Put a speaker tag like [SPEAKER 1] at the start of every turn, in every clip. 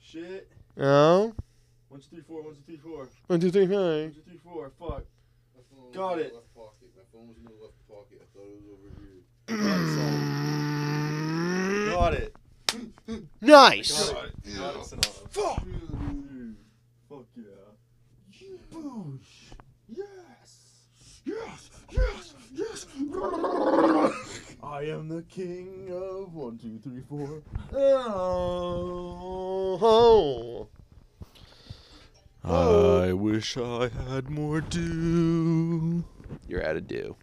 [SPEAKER 1] Shit.
[SPEAKER 2] No.
[SPEAKER 1] One, two, three, four. One, two, three, four.
[SPEAKER 2] One, two, three,
[SPEAKER 1] One,
[SPEAKER 2] four.
[SPEAKER 1] two, three, four. Fuck.
[SPEAKER 3] My phone was
[SPEAKER 1] Got
[SPEAKER 3] in my
[SPEAKER 1] it.
[SPEAKER 3] Left pocket. My phone was in the left pocket. I thought it was over here.
[SPEAKER 1] Got it.
[SPEAKER 2] Nice.
[SPEAKER 1] Got it. Got it. Sonata.
[SPEAKER 3] Fuck.
[SPEAKER 1] Fuck yeah. Boosh. Yes. Yes. Yes. Yes. I am the king of one, two, three, four.
[SPEAKER 2] Oh. I wish I had more dew. You're out of dew.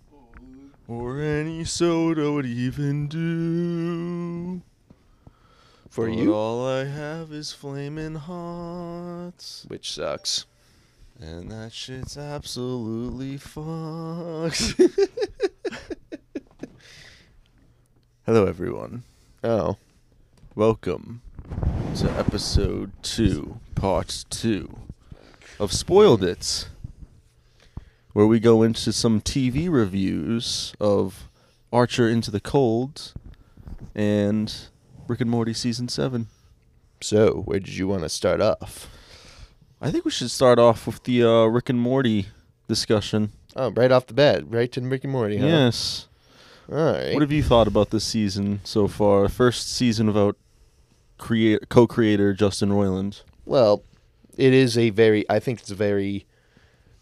[SPEAKER 2] Or any soda would even do.
[SPEAKER 4] For
[SPEAKER 2] But
[SPEAKER 4] you,
[SPEAKER 2] all I have is flaming hot.
[SPEAKER 4] which sucks.
[SPEAKER 2] And that shit's absolutely fucked. Hello, everyone.
[SPEAKER 4] Oh,
[SPEAKER 2] Welcome to episode two, part two of Spoiled It, where we go into some TV reviews of Archer Into the Cold and Rick and Morty season seven.
[SPEAKER 4] so where did you want to start off?
[SPEAKER 2] I think we should start off with the uh, Rick and Morty discussion.
[SPEAKER 4] Oh, right off the bat, right to Rick and Morty. Huh?
[SPEAKER 2] Yes.
[SPEAKER 4] All right.
[SPEAKER 2] What have you thought about this season so far? First season about create co-creator Justin Roiland.
[SPEAKER 4] Well, it is a very. I think it's a very.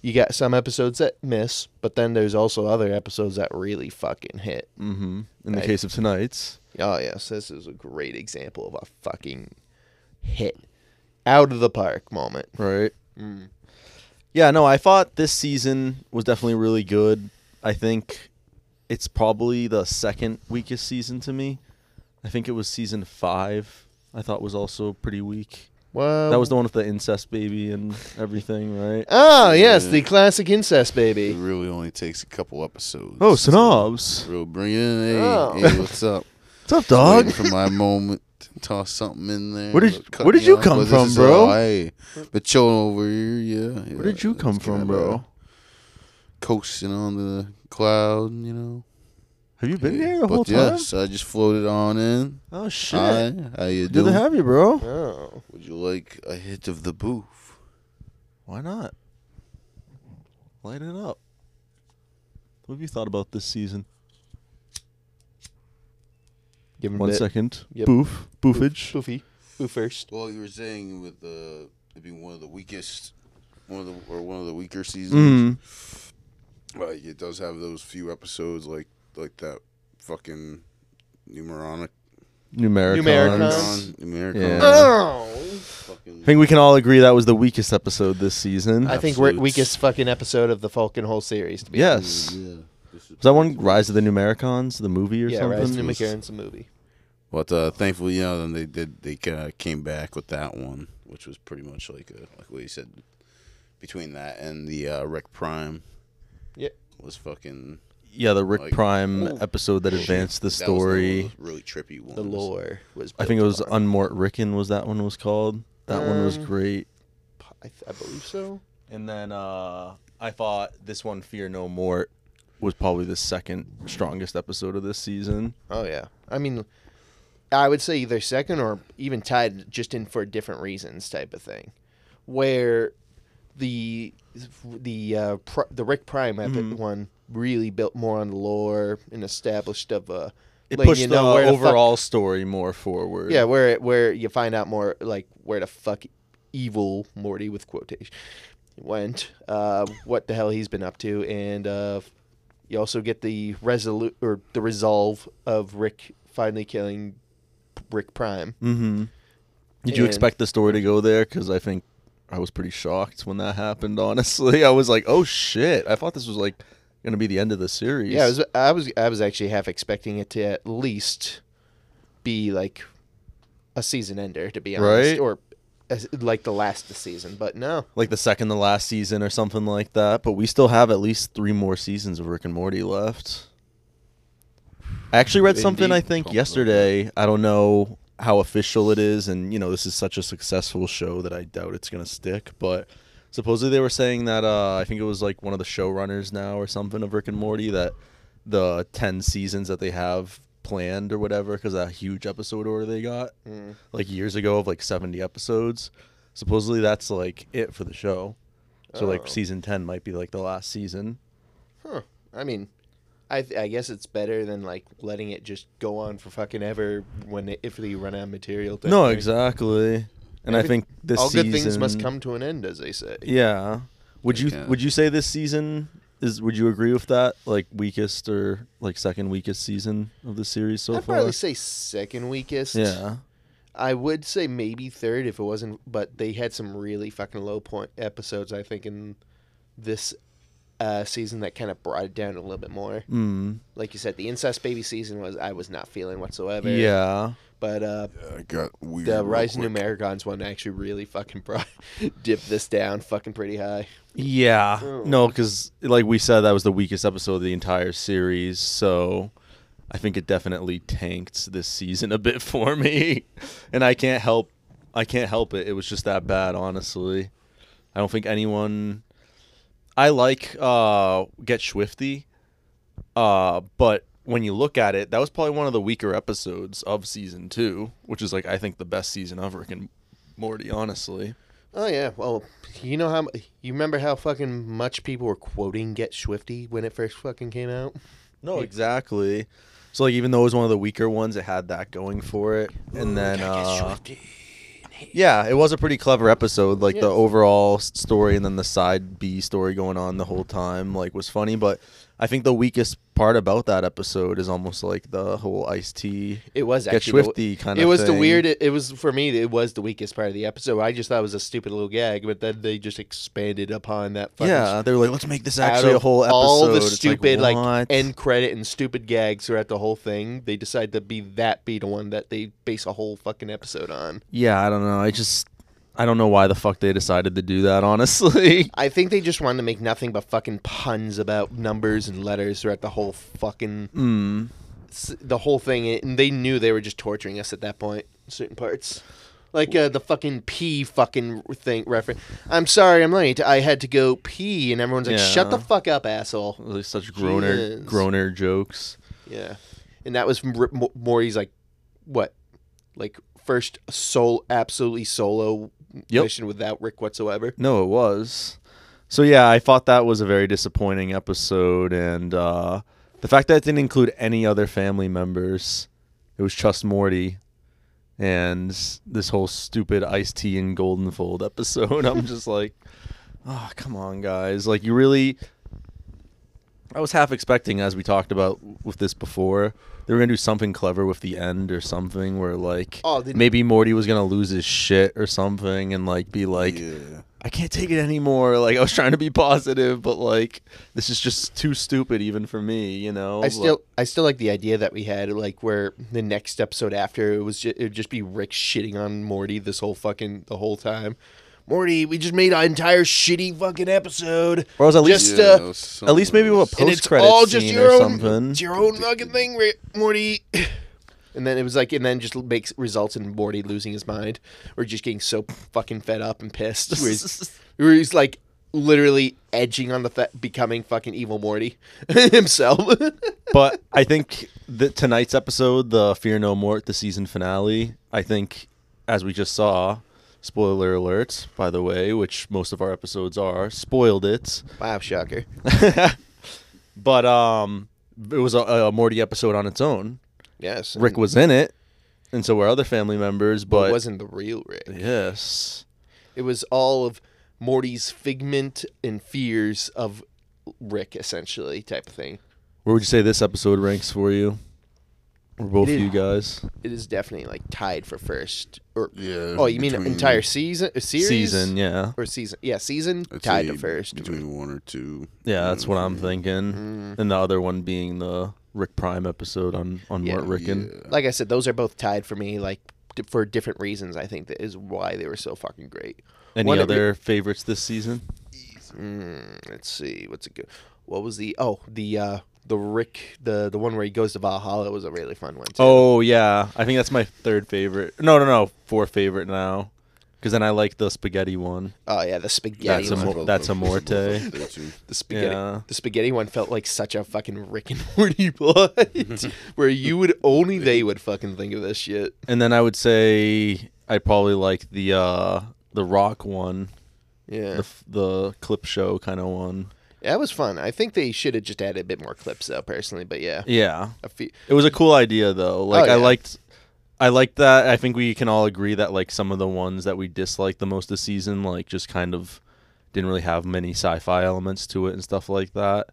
[SPEAKER 4] You got some episodes that miss, but then there's also other episodes that really fucking hit.
[SPEAKER 2] Mm-hmm. In the
[SPEAKER 4] I-
[SPEAKER 2] case of tonight's,
[SPEAKER 4] Oh yes, this is a great example of a fucking hit, out of the park moment.
[SPEAKER 2] right? Yeah, no, I thought this season was definitely really good. I think it's probably the second weakest season to me. I think it was season five. I thought was also pretty weak.
[SPEAKER 4] Well,
[SPEAKER 2] That was the one with the incest baby and everything, right?
[SPEAKER 4] Oh yes, the classic incest baby.
[SPEAKER 3] It really only takes a couple episodes.
[SPEAKER 2] Oh, Snobs.
[SPEAKER 3] Bro, bring it in. Hey,
[SPEAKER 4] Oh.
[SPEAKER 3] hey what's up?
[SPEAKER 2] What's up,
[SPEAKER 3] Waiting for my moment. to Toss something in there.
[SPEAKER 2] Where did-
[SPEAKER 3] Cut
[SPEAKER 2] where did
[SPEAKER 3] me
[SPEAKER 2] you
[SPEAKER 3] off,
[SPEAKER 2] come
[SPEAKER 3] but this
[SPEAKER 2] from,
[SPEAKER 3] is
[SPEAKER 2] bro?
[SPEAKER 3] all I- But chilling over here, yeah. yeah,
[SPEAKER 2] Where did you come
[SPEAKER 3] it's
[SPEAKER 2] from,
[SPEAKER 3] kinda
[SPEAKER 2] bro?
[SPEAKER 3] Coasting on the cloud, you know.
[SPEAKER 2] Have you been
[SPEAKER 3] Yeah,
[SPEAKER 2] here the
[SPEAKER 3] but
[SPEAKER 2] whole time?
[SPEAKER 3] Yes, I just floated on in.
[SPEAKER 2] Oh shit!
[SPEAKER 3] Hi, how you
[SPEAKER 2] Good
[SPEAKER 3] doing?
[SPEAKER 2] to have you, bro.
[SPEAKER 4] Oh.
[SPEAKER 3] Would you like a hit of the booth?
[SPEAKER 2] Why not? Light it up. What have you thought about this season?
[SPEAKER 4] Give him
[SPEAKER 2] One
[SPEAKER 4] a bit.
[SPEAKER 2] second.
[SPEAKER 4] Yep.
[SPEAKER 2] Boof. Boofage.
[SPEAKER 4] Boofy. Boof first.
[SPEAKER 3] Well, you were saying with the it'd be one of the weakest, one of the or one of the weaker seasons.
[SPEAKER 4] Mm-hmm.
[SPEAKER 2] Mm. Mm-hmm.
[SPEAKER 3] Like it does have those few episodes, like like that fucking numeronic
[SPEAKER 2] Numericons.
[SPEAKER 4] Numericons.
[SPEAKER 3] American.
[SPEAKER 2] Yeah.
[SPEAKER 4] Oh.
[SPEAKER 2] I think
[SPEAKER 3] Fucking,
[SPEAKER 2] we can all agree that was the weakest episode this season.
[SPEAKER 4] I think we're
[SPEAKER 3] Absolutes.
[SPEAKER 4] weakest fucking episode of the Falcon whole series. To be
[SPEAKER 2] yes. Was
[SPEAKER 3] yeah. This is-
[SPEAKER 2] that one Rise of the Numericons, the movie or
[SPEAKER 4] yeah,
[SPEAKER 2] something?
[SPEAKER 4] Rise of the Numericans, a movie.
[SPEAKER 3] But uh, thankfully, you know, then they did. They kind of came back with that one, which was pretty much like a, like what you said. Between that and the uh, Rec Prime,
[SPEAKER 4] Yep.
[SPEAKER 3] was fucking
[SPEAKER 2] Yeah, the Rick
[SPEAKER 3] Like-
[SPEAKER 2] Prime
[SPEAKER 4] Ooh.
[SPEAKER 2] episode that advanced the
[SPEAKER 3] that was one of
[SPEAKER 2] story.
[SPEAKER 3] those really trippy ones.
[SPEAKER 4] The lore was.
[SPEAKER 2] I think it was
[SPEAKER 4] built upon.
[SPEAKER 2] Unmort Rickon was that one was called. That one was
[SPEAKER 4] Um,
[SPEAKER 2] great.
[SPEAKER 4] I, th- I believe so.
[SPEAKER 2] And then uh, I thought this one, Fear No More, was probably the second strongest episode of this season.
[SPEAKER 4] Oh yeah. I mean, I would say either second or even tied, just in for different reasons, type of thing, where the the uh, pr- the Rick Prime epic
[SPEAKER 2] Mhm.
[SPEAKER 4] one really built more on the lore and established of a.
[SPEAKER 2] It
[SPEAKER 4] like,
[SPEAKER 2] pushed
[SPEAKER 4] you know,
[SPEAKER 2] the
[SPEAKER 4] where the fuck-
[SPEAKER 2] overall story more forward.
[SPEAKER 4] Yeah, where it- where you find out more like where the fuck evil Morty with quotation went, uh, what the hell he's been up to, and uh, you also get the resolu- or the resolve of Rick finally killing Rick Prime.
[SPEAKER 2] Mm-hmm. Did you
[SPEAKER 4] And-
[SPEAKER 2] expect the story to go there? Because I think I was pretty shocked when that happened. Honestly, I was like, "Oh shit!" I thought this was like gonna be the end of the series.
[SPEAKER 4] Yeah, I was, I was I was actually half expecting it to at least be like a season ender, to be honest,
[SPEAKER 2] Right.
[SPEAKER 4] or as, like the last of the season, but no.
[SPEAKER 2] like the second to last season or something like that. But we still have at least three more seasons of Rick and Morty left. I actually read something
[SPEAKER 3] Indeed.
[SPEAKER 2] I think
[SPEAKER 3] Pump it up.
[SPEAKER 2] yesterday. I don't know how official it is, and you know this is such a successful show that I doubt it's gonna stick. But supposedly they were saying that uh, I think it was like one of the showrunners now or something of Rick and Morty that the ten seasons that they have planned or whatever because a huge episode order they got
[SPEAKER 4] Mm.
[SPEAKER 2] like years ago of like 70 episodes. Supposedly that's like it for the show. So
[SPEAKER 4] Oh.
[SPEAKER 2] like season 10 might be like the last season.
[SPEAKER 4] Huh. I mean, I th- I guess it's better than like letting it just go on for fucking ever when it, if they run out of material. type
[SPEAKER 2] no,
[SPEAKER 4] thing.
[SPEAKER 2] exactly. And I
[SPEAKER 4] Every-
[SPEAKER 2] think this
[SPEAKER 4] All
[SPEAKER 2] season
[SPEAKER 4] good things must come to an end, as they say.
[SPEAKER 2] Yeah. Would you
[SPEAKER 3] Yeah.
[SPEAKER 2] would you say this season is would you agree with that like weakest or like second weakest season of the series so
[SPEAKER 4] I'd
[SPEAKER 2] far?
[SPEAKER 4] probably say second weakest.
[SPEAKER 2] yeah.
[SPEAKER 4] I would say maybe third if it wasn't, but they had some really fucking low point episodes. I think in this uh, season that kind of brought it down a little bit more.
[SPEAKER 2] Mm.
[SPEAKER 4] Like you said, the incest baby season was I was not feeling whatsoever.
[SPEAKER 2] Yeah.
[SPEAKER 4] but uh,
[SPEAKER 3] I got weird.
[SPEAKER 4] the Rise of Numericons one actually really fucking brought dipped this down fucking pretty high.
[SPEAKER 2] Yeah.
[SPEAKER 4] Oh.
[SPEAKER 2] No, because like we said, that was the weakest episode of the entire series. So I think it definitely tanked this season a bit for me, and I can't help. I can't help it. It was just that bad, honestly. I don't think anyone. I like uh, Get Swifty, uh, but when you look at it, that was probably one of the weaker episodes of season two, which is like I think the best season of Rick and Morty, honestly.
[SPEAKER 4] Oh yeah, well, you know how m- you remember how fucking much people were quoting Get Swifty when it first fucking came out.
[SPEAKER 2] No, exactly. So like even though it was one of the weaker ones, it had that going for it. And then uh, yeah, it was a pretty clever episode. Like the
[SPEAKER 4] Yes.
[SPEAKER 2] overall s- story and then the side B story going on the whole time like was funny, but I think the weakest part about that episode is almost like the whole iced tea
[SPEAKER 4] It was
[SPEAKER 2] get
[SPEAKER 4] actually the-
[SPEAKER 2] swifty kind of
[SPEAKER 4] it was the
[SPEAKER 2] thing.
[SPEAKER 4] weird. It, was for me. It was the weakest part of the episode. I just thought it was a stupid little gag, but then they just expanded upon that. Fucking
[SPEAKER 2] Yeah, they were like, let's make this
[SPEAKER 4] out
[SPEAKER 2] actually a
[SPEAKER 4] of
[SPEAKER 2] whole episode.
[SPEAKER 4] All the
[SPEAKER 2] It's
[SPEAKER 4] stupid like,
[SPEAKER 2] what?
[SPEAKER 4] end credit and stupid gags throughout the whole thing. They decide to be that be the one that they base a whole fucking episode on.
[SPEAKER 2] yeah, I don't know. I just I don't know why the fuck they decided to do that. Honestly,
[SPEAKER 4] I think they just wanted to make nothing but fucking puns about numbers and letters throughout the whole fucking
[SPEAKER 2] mm.
[SPEAKER 4] s- the whole thing, and they knew they were just torturing us at that point. Certain parts, like uh, the fucking pee fucking thing reference. I'm sorry, I'm late. I had to go pee, and everyone's like, "Shut the
[SPEAKER 2] Yeah.
[SPEAKER 4] fuck up, asshole."
[SPEAKER 2] Like such groaner
[SPEAKER 4] Jeez.
[SPEAKER 2] groaner jokes.
[SPEAKER 4] Yeah, and that was from R- Mo- Maury's like, what, like first solo, absolutely solo
[SPEAKER 2] Yep.
[SPEAKER 4] mission without Rick whatsoever.
[SPEAKER 2] No, it was. So yeah, I thought that was a very disappointing episode, and uh, the fact that it didn't include any other family members, it was just Morty, and this whole stupid Ice Tea and Goldenfold episode. I'm just like, oh come on, guys! Like you really. I was half expecting, as we talked about with this before, they were gonna do something clever with the end or something, where like
[SPEAKER 4] Oh, did-
[SPEAKER 2] maybe Morty was gonna lose his shit or something, and like be like,
[SPEAKER 3] yeah.
[SPEAKER 2] I can't take it anymore. Like I was trying to be positive, but like this is just too stupid even for me, you know.
[SPEAKER 4] I still, I still like the idea that we had, like where the next episode after it was, ju- it would just be Rick shitting on Morty this whole fucking the whole time. Morty, we just made an entire shitty fucking episode,
[SPEAKER 2] or was at least
[SPEAKER 4] Just, uh,
[SPEAKER 3] that was so
[SPEAKER 2] at least maybe we'll
[SPEAKER 3] nice.
[SPEAKER 2] post-
[SPEAKER 4] and it's
[SPEAKER 2] Post-credits
[SPEAKER 4] all just
[SPEAKER 2] scene
[SPEAKER 4] your
[SPEAKER 2] or
[SPEAKER 4] own,
[SPEAKER 2] something.
[SPEAKER 4] it's your own fucking thing, Rick, Morty. And then it was like, and then just makes results in Morty losing his mind or just getting so fucking fed up and pissed, where he's, where he's like literally edging on the fa- becoming fucking evil Morty himself.
[SPEAKER 2] but I think that tonight's episode, the Fear No More, the season finale, I think as we just saw, spoiler alert, by the way, which most of our episodes are, spoiled it.
[SPEAKER 4] wow, shocker.
[SPEAKER 2] but um it was a, a Morty episode on its own.
[SPEAKER 4] Yes.
[SPEAKER 2] Rick was in it, and so were other family members, but
[SPEAKER 4] Mm. it wasn't the real Rick.
[SPEAKER 2] yes.
[SPEAKER 4] It was all of Morty's figment and fears of Rick, essentially, type of thing.
[SPEAKER 2] Where would you say this episode ranks for you? Or both of you guys?
[SPEAKER 4] It is definitely like tied for first. Or
[SPEAKER 3] Yeah.
[SPEAKER 4] oh, you mean
[SPEAKER 3] between-
[SPEAKER 4] entire season, a series,
[SPEAKER 2] Season, yeah.
[SPEAKER 4] or season? Yeah, season
[SPEAKER 3] I'd
[SPEAKER 4] tied
[SPEAKER 3] say
[SPEAKER 4] to first.
[SPEAKER 3] Between one or two.
[SPEAKER 2] Yeah, that's what
[SPEAKER 4] Mm-hmm.
[SPEAKER 2] I'm thinking. And the other one being the Rick Prime episode on on
[SPEAKER 4] Yeah.
[SPEAKER 2] Mort Ricken.
[SPEAKER 3] Yeah.
[SPEAKER 4] Like I said, those are both tied for me. Like di- for different reasons, I think that is why they were so fucking great.
[SPEAKER 2] Any
[SPEAKER 4] One of
[SPEAKER 2] other favorites this season?
[SPEAKER 4] Mm, let's see, what's a good? What was the? Oh, the uh the Rick, the the one where he goes to Valhalla was a really fun one. Too.
[SPEAKER 2] Oh yeah, I think that's my third favorite. No, no, no, fourth favorite now. Because then I like the spaghetti one.
[SPEAKER 4] Oh yeah, the spaghetti.
[SPEAKER 2] That's a
[SPEAKER 4] one.
[SPEAKER 2] mo- that's a Morte.
[SPEAKER 4] The spaghetti,
[SPEAKER 2] Yeah.
[SPEAKER 4] the spaghetti one felt like such a fucking Rick and Morty plot, where you would only they would fucking think of this shit.
[SPEAKER 2] And then I would say I probably like the uh the rock one,
[SPEAKER 4] Yeah,
[SPEAKER 2] the f- the clip show kind of one.
[SPEAKER 4] that was fun. I think they should have just added a bit more clips though, personally. But yeah,
[SPEAKER 2] Yeah.
[SPEAKER 4] a few.
[SPEAKER 2] It was a cool idea though. Like I
[SPEAKER 4] yeah.
[SPEAKER 2] liked I liked that. I think we can all agree that like some of the ones that we disliked the most this season like just kind of didn't really have many sci-fi elements to it and stuff like that.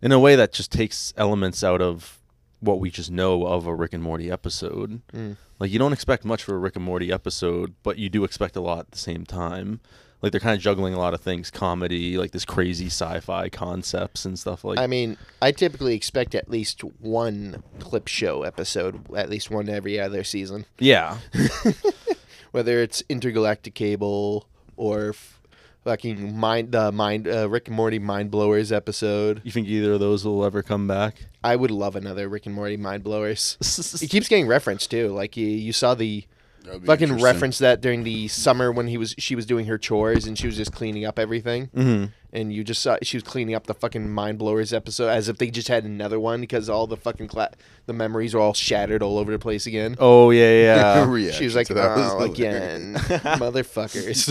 [SPEAKER 2] In a way that just takes elements out of what we just know of a Rick and Morty episode. Like you don't expect much for a Rick and Morty episode, but you do expect a lot at the same time. Like they're kind of juggling a lot of things, comedy, like this crazy sci-fi concepts and stuff like
[SPEAKER 4] I mean, I typically expect at least one clip show episode, at least one every other season,
[SPEAKER 2] Yeah.
[SPEAKER 4] whether it's intergalactic cable or f- fucking mind the mind uh, Rick and Morty mind blowers episode.
[SPEAKER 2] You think either of those will ever come back?
[SPEAKER 4] I would love another Rick and Morty mind blowers. It keeps getting referenced too. Like you, you saw the fucking reference that during the summer when he was she was doing her chores and she was just cleaning up everything. Mm-hmm. And you just saw she was cleaning up the fucking mind blowers episode as if they just had another one because all the fucking cla- the memories are all shattered all over the place again.
[SPEAKER 2] Oh yeah, yeah,
[SPEAKER 4] uh, she was like, "Oh, again, motherfuckers."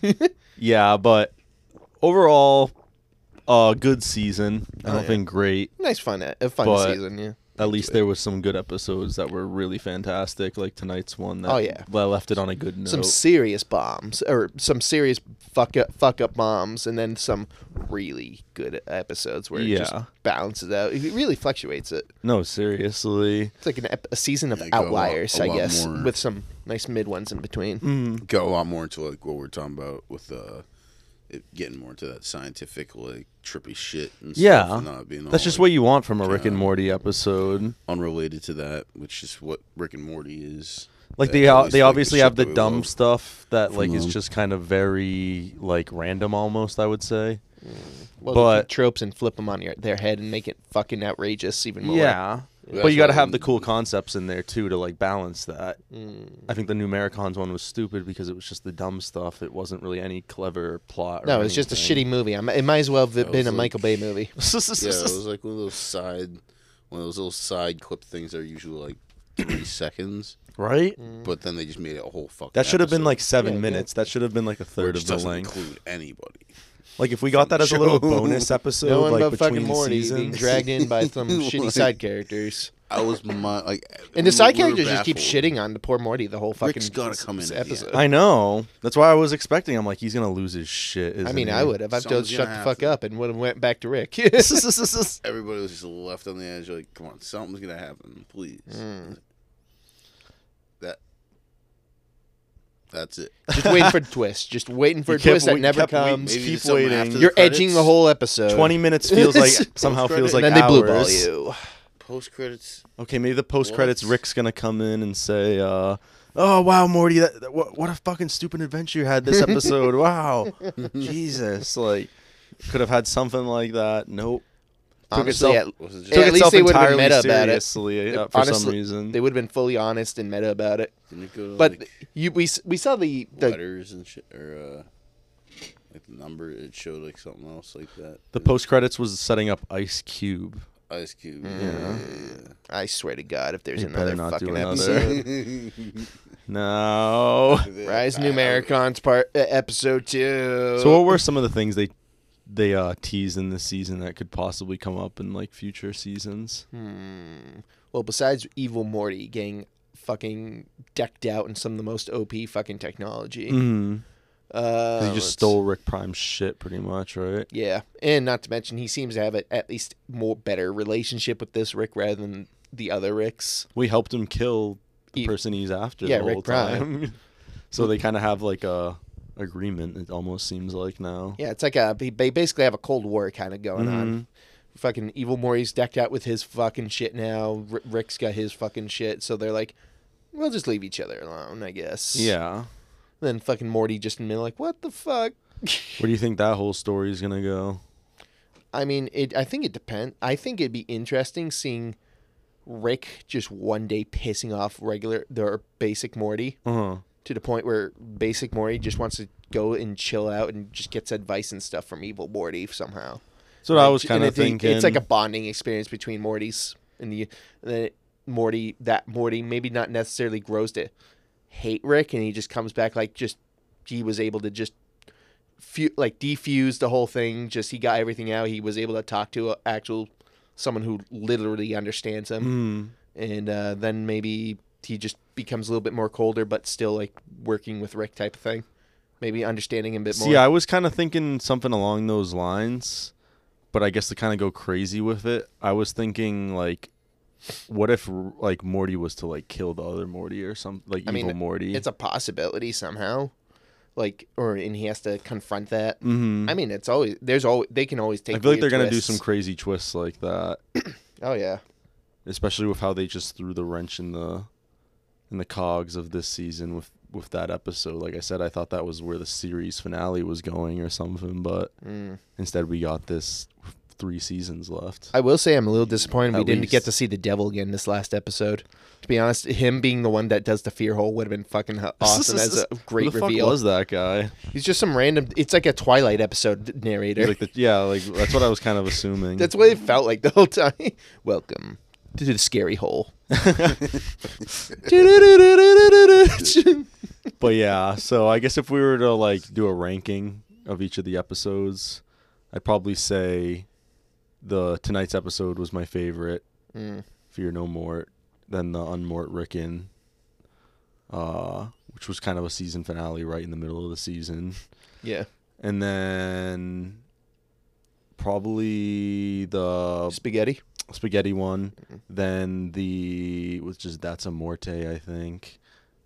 [SPEAKER 2] yeah. But overall, uh, good season. I don't
[SPEAKER 4] Oh, yeah.
[SPEAKER 2] think great.
[SPEAKER 4] nice fun, uh, a fun
[SPEAKER 2] But-
[SPEAKER 4] season, yeah.
[SPEAKER 2] At least there was some good episodes that were really fantastic, like tonight's one. That
[SPEAKER 4] Oh, yeah.
[SPEAKER 2] that left it on a good note.
[SPEAKER 4] Some serious bombs or some serious fuck up, fuck up bombs, and then some really good episodes where it just
[SPEAKER 2] Yeah.
[SPEAKER 4] balances out. It really fluctuates it.
[SPEAKER 2] no, seriously.
[SPEAKER 4] It's like an ep- a season of
[SPEAKER 3] Yeah, go a lot-
[SPEAKER 4] outliers,
[SPEAKER 3] a
[SPEAKER 4] I
[SPEAKER 3] lot
[SPEAKER 4] guess,
[SPEAKER 3] more.
[SPEAKER 4] with some nice mid ones in between.
[SPEAKER 2] Mm.
[SPEAKER 3] Got a lot more into like what we're talking about with uh, it getting more into that scientific like trippy shit. And
[SPEAKER 2] Yeah.
[SPEAKER 3] stuff and not being
[SPEAKER 2] That's
[SPEAKER 3] all,
[SPEAKER 2] just
[SPEAKER 3] like,
[SPEAKER 2] what you want from a Rick and Morty episode.
[SPEAKER 3] unrelated to that, which is what Rick and Morty is.
[SPEAKER 2] Like
[SPEAKER 3] At
[SPEAKER 2] they o-
[SPEAKER 3] least,
[SPEAKER 2] they
[SPEAKER 3] like,
[SPEAKER 2] obviously
[SPEAKER 3] shit
[SPEAKER 2] have the
[SPEAKER 3] that we
[SPEAKER 2] dumb
[SPEAKER 3] love.
[SPEAKER 2] stuff that like is
[SPEAKER 3] them.
[SPEAKER 2] just kind of very like random almost. I would say. But-
[SPEAKER 4] Well, but tropes and flip them on your, their head and make it fucking outrageous even more.
[SPEAKER 2] Yeah. but
[SPEAKER 3] That's
[SPEAKER 2] you got to
[SPEAKER 3] why
[SPEAKER 2] have the
[SPEAKER 3] we-
[SPEAKER 2] cool concepts in there too to like balance that.
[SPEAKER 4] Mm.
[SPEAKER 2] I think the Numericons one was stupid because it was just the dumb stuff. It wasn't really any clever plot. Or
[SPEAKER 4] No, it's just a
[SPEAKER 2] anything.
[SPEAKER 4] shitty movie. I'm, it might as well have been a
[SPEAKER 3] was like-
[SPEAKER 4] Michael Bay movie.
[SPEAKER 3] Yeah, it was like one of those side, one of those little side clip things that are usually like three seconds,
[SPEAKER 2] right.
[SPEAKER 4] Mm.
[SPEAKER 3] but then they just made it a whole fucking.
[SPEAKER 2] That should have been
[SPEAKER 3] episode
[SPEAKER 2] like seven
[SPEAKER 4] Yeah, yeah.
[SPEAKER 2] minutes. That should have been like a
[SPEAKER 3] where it
[SPEAKER 2] third of
[SPEAKER 3] just
[SPEAKER 2] the
[SPEAKER 3] doesn't
[SPEAKER 2] length.
[SPEAKER 3] include anybody.
[SPEAKER 2] like if we got that as a little
[SPEAKER 3] show.
[SPEAKER 2] bonus episode,
[SPEAKER 4] No one
[SPEAKER 2] like
[SPEAKER 4] but
[SPEAKER 2] between
[SPEAKER 4] fucking Morty being
[SPEAKER 2] seasons.
[SPEAKER 4] dragged in by some shitty side characters.
[SPEAKER 3] I was my like,
[SPEAKER 4] And
[SPEAKER 3] we
[SPEAKER 4] the side
[SPEAKER 3] were- we were
[SPEAKER 4] characters just keep
[SPEAKER 3] baffled.
[SPEAKER 4] shitting on the poor Morty the whole fucking
[SPEAKER 3] Rick's gotta
[SPEAKER 4] s-
[SPEAKER 3] come in at the
[SPEAKER 4] episode.
[SPEAKER 3] end.
[SPEAKER 2] I know. That's why I was expecting. I'm like, he's gonna lose his shit.
[SPEAKER 4] I
[SPEAKER 2] isn't
[SPEAKER 4] mean,
[SPEAKER 2] he?
[SPEAKER 4] I would have. I've
[SPEAKER 3] Someone's
[SPEAKER 4] just shut
[SPEAKER 3] gonna
[SPEAKER 4] the
[SPEAKER 3] have
[SPEAKER 4] fuck
[SPEAKER 3] to.
[SPEAKER 4] up and would have went back to Rick.
[SPEAKER 3] Everybody was just left on the edge, like, come on, something's gonna happen, please.
[SPEAKER 4] Hmm.
[SPEAKER 3] That. That's it.
[SPEAKER 4] just waiting for a twist. Just waiting for
[SPEAKER 2] You
[SPEAKER 4] a
[SPEAKER 2] kept
[SPEAKER 4] twist that
[SPEAKER 2] wait-
[SPEAKER 4] never
[SPEAKER 2] kept wait-
[SPEAKER 4] comes.
[SPEAKER 3] Maybe
[SPEAKER 2] keep
[SPEAKER 3] there's something
[SPEAKER 2] waiting.
[SPEAKER 3] after
[SPEAKER 4] You're
[SPEAKER 3] credits.
[SPEAKER 4] edging the whole episode.
[SPEAKER 2] Twenty minutes feels like somehow feels
[SPEAKER 3] Post-credit.
[SPEAKER 2] like
[SPEAKER 4] then they
[SPEAKER 2] hours.
[SPEAKER 4] blue ball you.
[SPEAKER 3] Post credits.
[SPEAKER 2] Okay, maybe the post credits
[SPEAKER 3] What?
[SPEAKER 2] Rick's gonna come in and say, uh, "Oh wow, Morty, that, that- what what a fucking stupid adventure you had this episode. wow, Jesus, like could have had something like that. Nope,
[SPEAKER 4] Honestly,
[SPEAKER 2] itself-
[SPEAKER 4] at,
[SPEAKER 3] Was it
[SPEAKER 4] Hey,
[SPEAKER 3] just
[SPEAKER 4] at least they would've been
[SPEAKER 2] entirely
[SPEAKER 4] meta about it.
[SPEAKER 2] seriously, uh, for some
[SPEAKER 4] honestly,
[SPEAKER 2] reason.
[SPEAKER 4] they would have been fully honest and meta about it.
[SPEAKER 3] didn't it go to,
[SPEAKER 4] But
[SPEAKER 3] like,
[SPEAKER 4] you, we s- we saw the, the
[SPEAKER 3] letters and shit, or uh, like the number? It showed like something else like that.
[SPEAKER 2] the post credits was setting up Ice Cube.
[SPEAKER 3] Ice Cube.
[SPEAKER 4] I swear to God, if there's
[SPEAKER 2] They better
[SPEAKER 4] another
[SPEAKER 2] not do
[SPEAKER 4] fucking
[SPEAKER 2] another.
[SPEAKER 4] episode,
[SPEAKER 2] No.
[SPEAKER 4] Rise Numericons part uh, episode two.
[SPEAKER 2] so, what were some of the things they they uh, teased in this season that could possibly come up in like future seasons?
[SPEAKER 4] Hmm. well, besides evil Morty getting fucking decked out in some of the most OP fucking technology,
[SPEAKER 2] Mm.
[SPEAKER 4] uh,
[SPEAKER 2] They
[SPEAKER 4] let's-
[SPEAKER 2] just stole Rick Prime's shit, pretty much, right?
[SPEAKER 4] Yeah, and not to mention he seems to have a, at least more better relationship with this Rick rather than the other Ricks.
[SPEAKER 2] we helped him kill the
[SPEAKER 4] He-
[SPEAKER 2] person he's after
[SPEAKER 4] yeah,
[SPEAKER 2] the
[SPEAKER 4] Rick
[SPEAKER 2] whole time. so they kind of have like a agreement. It almost seems like now.
[SPEAKER 4] Yeah, it's like a they they basically have a Cold War kind of going on. Fucking evil Maury's decked out with his fucking shit now. R- Rick's got his fucking shit, so they're like, we'll just leave each other alone, I guess.
[SPEAKER 2] Yeah.
[SPEAKER 4] Then fucking Morty just in the middle, like, what the fuck?
[SPEAKER 2] Where do you think that whole story is gonna go?
[SPEAKER 4] I mean, it. I think it depends. I think it'd be interesting seeing Rick just one day pissing off regular their basic Morty.
[SPEAKER 2] Uh huh.
[SPEAKER 4] to the point where basic Morty just wants to go and chill out and just gets advice and stuff from evil Morty somehow.
[SPEAKER 2] That's what I
[SPEAKER 4] Like,
[SPEAKER 2] was
[SPEAKER 4] and
[SPEAKER 2] kind of
[SPEAKER 4] it's a-
[SPEAKER 2] thinking.
[SPEAKER 4] It's like a bonding experience between Mortys and the and then Morty that Morty maybe not necessarily grows to hate Rick, and he just comes back like just he was able to just fu- like defuse the whole thing. Just he got everything out. He was able to talk to a actual someone who literally understands him,
[SPEAKER 2] Mm.
[SPEAKER 4] and uh, then maybe he just becomes a little bit more colder, but still like working with Rick type of thing. Maybe understanding him a bit more.
[SPEAKER 2] See, I was kind of thinking something along those lines, but I guess to kind of go crazy with it, I was thinking like, what if like Morty was to like kill the other Morty or some like
[SPEAKER 4] I mean,
[SPEAKER 2] evil Morty?
[SPEAKER 4] it's a possibility somehow like or and he has to confront that
[SPEAKER 2] mm-hmm.
[SPEAKER 4] i mean it's always there's always they can always take
[SPEAKER 2] I feel like
[SPEAKER 4] weird
[SPEAKER 2] they're gonna do
[SPEAKER 4] twists.
[SPEAKER 2] some crazy twists like that,
[SPEAKER 4] oh yeah
[SPEAKER 2] especially with how they just threw the wrench in the in the cogs of this season with with that episode. Like I said, I thought that was where the series finale was going or something, but
[SPEAKER 4] Mm.
[SPEAKER 2] instead we got this three seasons left.
[SPEAKER 4] i will say i'm a little disappointed we
[SPEAKER 2] At
[SPEAKER 4] didn't get
[SPEAKER 2] least.
[SPEAKER 4] to see the devil again this last episode to be honest him being the one that does the fear hole would have been fucking ho- awesome as a
[SPEAKER 2] Who
[SPEAKER 4] great
[SPEAKER 2] the
[SPEAKER 4] reveal
[SPEAKER 2] fuck was that guy?
[SPEAKER 4] he's just some random it's like a twilight episode narrator
[SPEAKER 2] He's like the, yeah, like that's what I was kind of assuming.
[SPEAKER 4] that's what it felt like the whole time welcome to the scary hole Mm,
[SPEAKER 2] but yeah, so I guess if we were to like do a ranking of each of the episodes, I'd probably say the tonight's episode was my favorite.
[SPEAKER 4] Mm.
[SPEAKER 2] Fear No Mort, then the Unmort Rickon, uh, which was kind of a season finale right in the middle of the season.
[SPEAKER 4] yeah
[SPEAKER 2] And then probably the
[SPEAKER 4] spaghetti
[SPEAKER 2] spaghetti one, then the which is that's a morte, I think,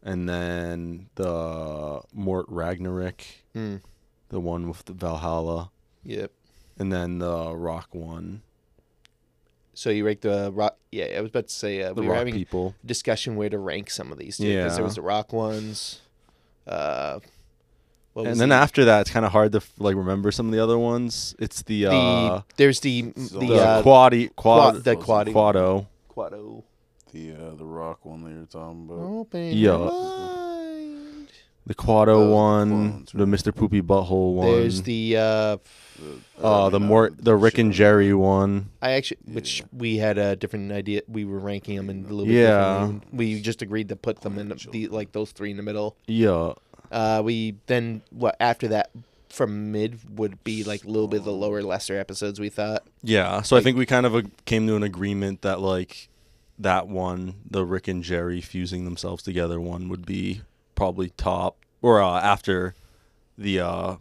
[SPEAKER 2] and then the Mort Ragnarok,
[SPEAKER 4] Mm.
[SPEAKER 2] the one with the Valhalla,
[SPEAKER 4] yep
[SPEAKER 2] and then the Rock one,
[SPEAKER 4] So you rank the rock. Yeah, I was about to say uh,
[SPEAKER 2] the
[SPEAKER 4] we were
[SPEAKER 2] Rock
[SPEAKER 4] having
[SPEAKER 2] people.
[SPEAKER 4] a discussion where to rank some of these. Too, yeah, there
[SPEAKER 2] Yeah.
[SPEAKER 4] was the rock ones. Uh, what was
[SPEAKER 2] And then
[SPEAKER 4] the,
[SPEAKER 2] after that, it's kind of hard to f- like remember some of the other ones. It's the
[SPEAKER 4] the
[SPEAKER 2] uh,
[SPEAKER 4] there's the
[SPEAKER 3] So
[SPEAKER 4] the
[SPEAKER 2] the,
[SPEAKER 4] uh,
[SPEAKER 2] quadi,
[SPEAKER 4] qua-
[SPEAKER 2] quad,
[SPEAKER 4] the
[SPEAKER 3] was it
[SPEAKER 4] quad
[SPEAKER 2] quado.
[SPEAKER 4] quado.
[SPEAKER 3] The uh, the rock one that you're talking about.
[SPEAKER 4] Open
[SPEAKER 2] Yeah.
[SPEAKER 4] your mind.
[SPEAKER 2] The Quado
[SPEAKER 3] The
[SPEAKER 2] one,
[SPEAKER 3] clones,
[SPEAKER 2] the Mr. Poopy Butthole one,
[SPEAKER 4] There's the uh,
[SPEAKER 3] The,
[SPEAKER 2] uh,
[SPEAKER 3] I
[SPEAKER 2] the
[SPEAKER 3] mean,
[SPEAKER 2] Mort,
[SPEAKER 3] uh,
[SPEAKER 2] the Rick and
[SPEAKER 3] shit.
[SPEAKER 2] Jerry one.
[SPEAKER 4] I actually which we had a different idea. We were ranking them in a little bit.
[SPEAKER 2] Yeah.
[SPEAKER 4] differently. we just agreed to put them in the, the like those three in the middle.
[SPEAKER 2] Yeah,
[SPEAKER 4] Uh, we then what after that from mid would be like a little bit of the lower lesser episodes we thought.
[SPEAKER 2] yeah. So I
[SPEAKER 4] Like-
[SPEAKER 2] think we kind of uh, came to an agreement that like that one, the Rick and Jerry fusing themselves together one, would be probably top or uh, after the uh,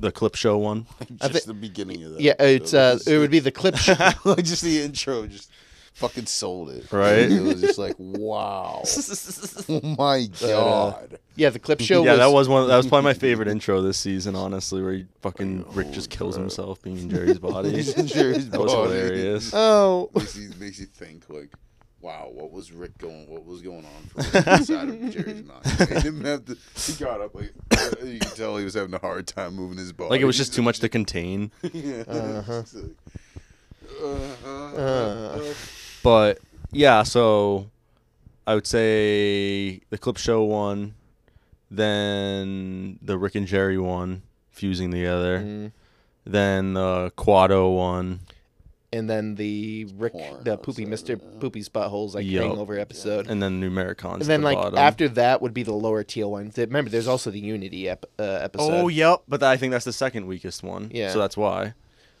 [SPEAKER 2] the clip show one.
[SPEAKER 3] Just
[SPEAKER 4] thi-
[SPEAKER 3] the beginning of that.
[SPEAKER 4] Yeah, it's uh, it would be the clip. Sh-
[SPEAKER 3] like just the intro just fucking sold it.
[SPEAKER 2] Right?
[SPEAKER 3] It was just like wow. oh my god.
[SPEAKER 4] yeah, the clip show.
[SPEAKER 2] yeah,
[SPEAKER 4] was,
[SPEAKER 2] that was one. That was probably my favorite intro this season, honestly, where he fucking
[SPEAKER 4] Oh,
[SPEAKER 2] Rick just kills himself being in Jerry's body.
[SPEAKER 3] He's in Jerry's
[SPEAKER 2] that was
[SPEAKER 3] body.
[SPEAKER 2] hilarious.
[SPEAKER 4] Oh,
[SPEAKER 3] makes you, makes you think like, wow, what was Rick going? What was going on for Rick inside of Jerry's mind? He didn't have to. He got up like you can tell he was having a hard time moving his body.
[SPEAKER 2] Like it was just too much to contain.
[SPEAKER 3] yeah.
[SPEAKER 4] Uh-huh.
[SPEAKER 3] It's like, uh, uh,
[SPEAKER 4] Uh.
[SPEAKER 2] But yeah, so I would say the clip show one, then the Rick and Jerry one fusing together,
[SPEAKER 4] Mm.
[SPEAKER 2] then the Quado one.
[SPEAKER 4] and then the Rick,
[SPEAKER 3] Porn
[SPEAKER 4] the poopy Mister
[SPEAKER 3] episode, yeah.
[SPEAKER 4] Poopy's buttholes like
[SPEAKER 2] uh, Yup.
[SPEAKER 4] hangover episode.
[SPEAKER 2] And then numeric cons.
[SPEAKER 4] And
[SPEAKER 2] at
[SPEAKER 4] then,
[SPEAKER 2] the
[SPEAKER 4] like
[SPEAKER 2] bottom.
[SPEAKER 4] after that, would be the lower teal ones. Remember, there's also the Unity ep- uh, episode.
[SPEAKER 2] oh yep, but I think that's the second weakest one.
[SPEAKER 4] Yeah.
[SPEAKER 2] so that's why.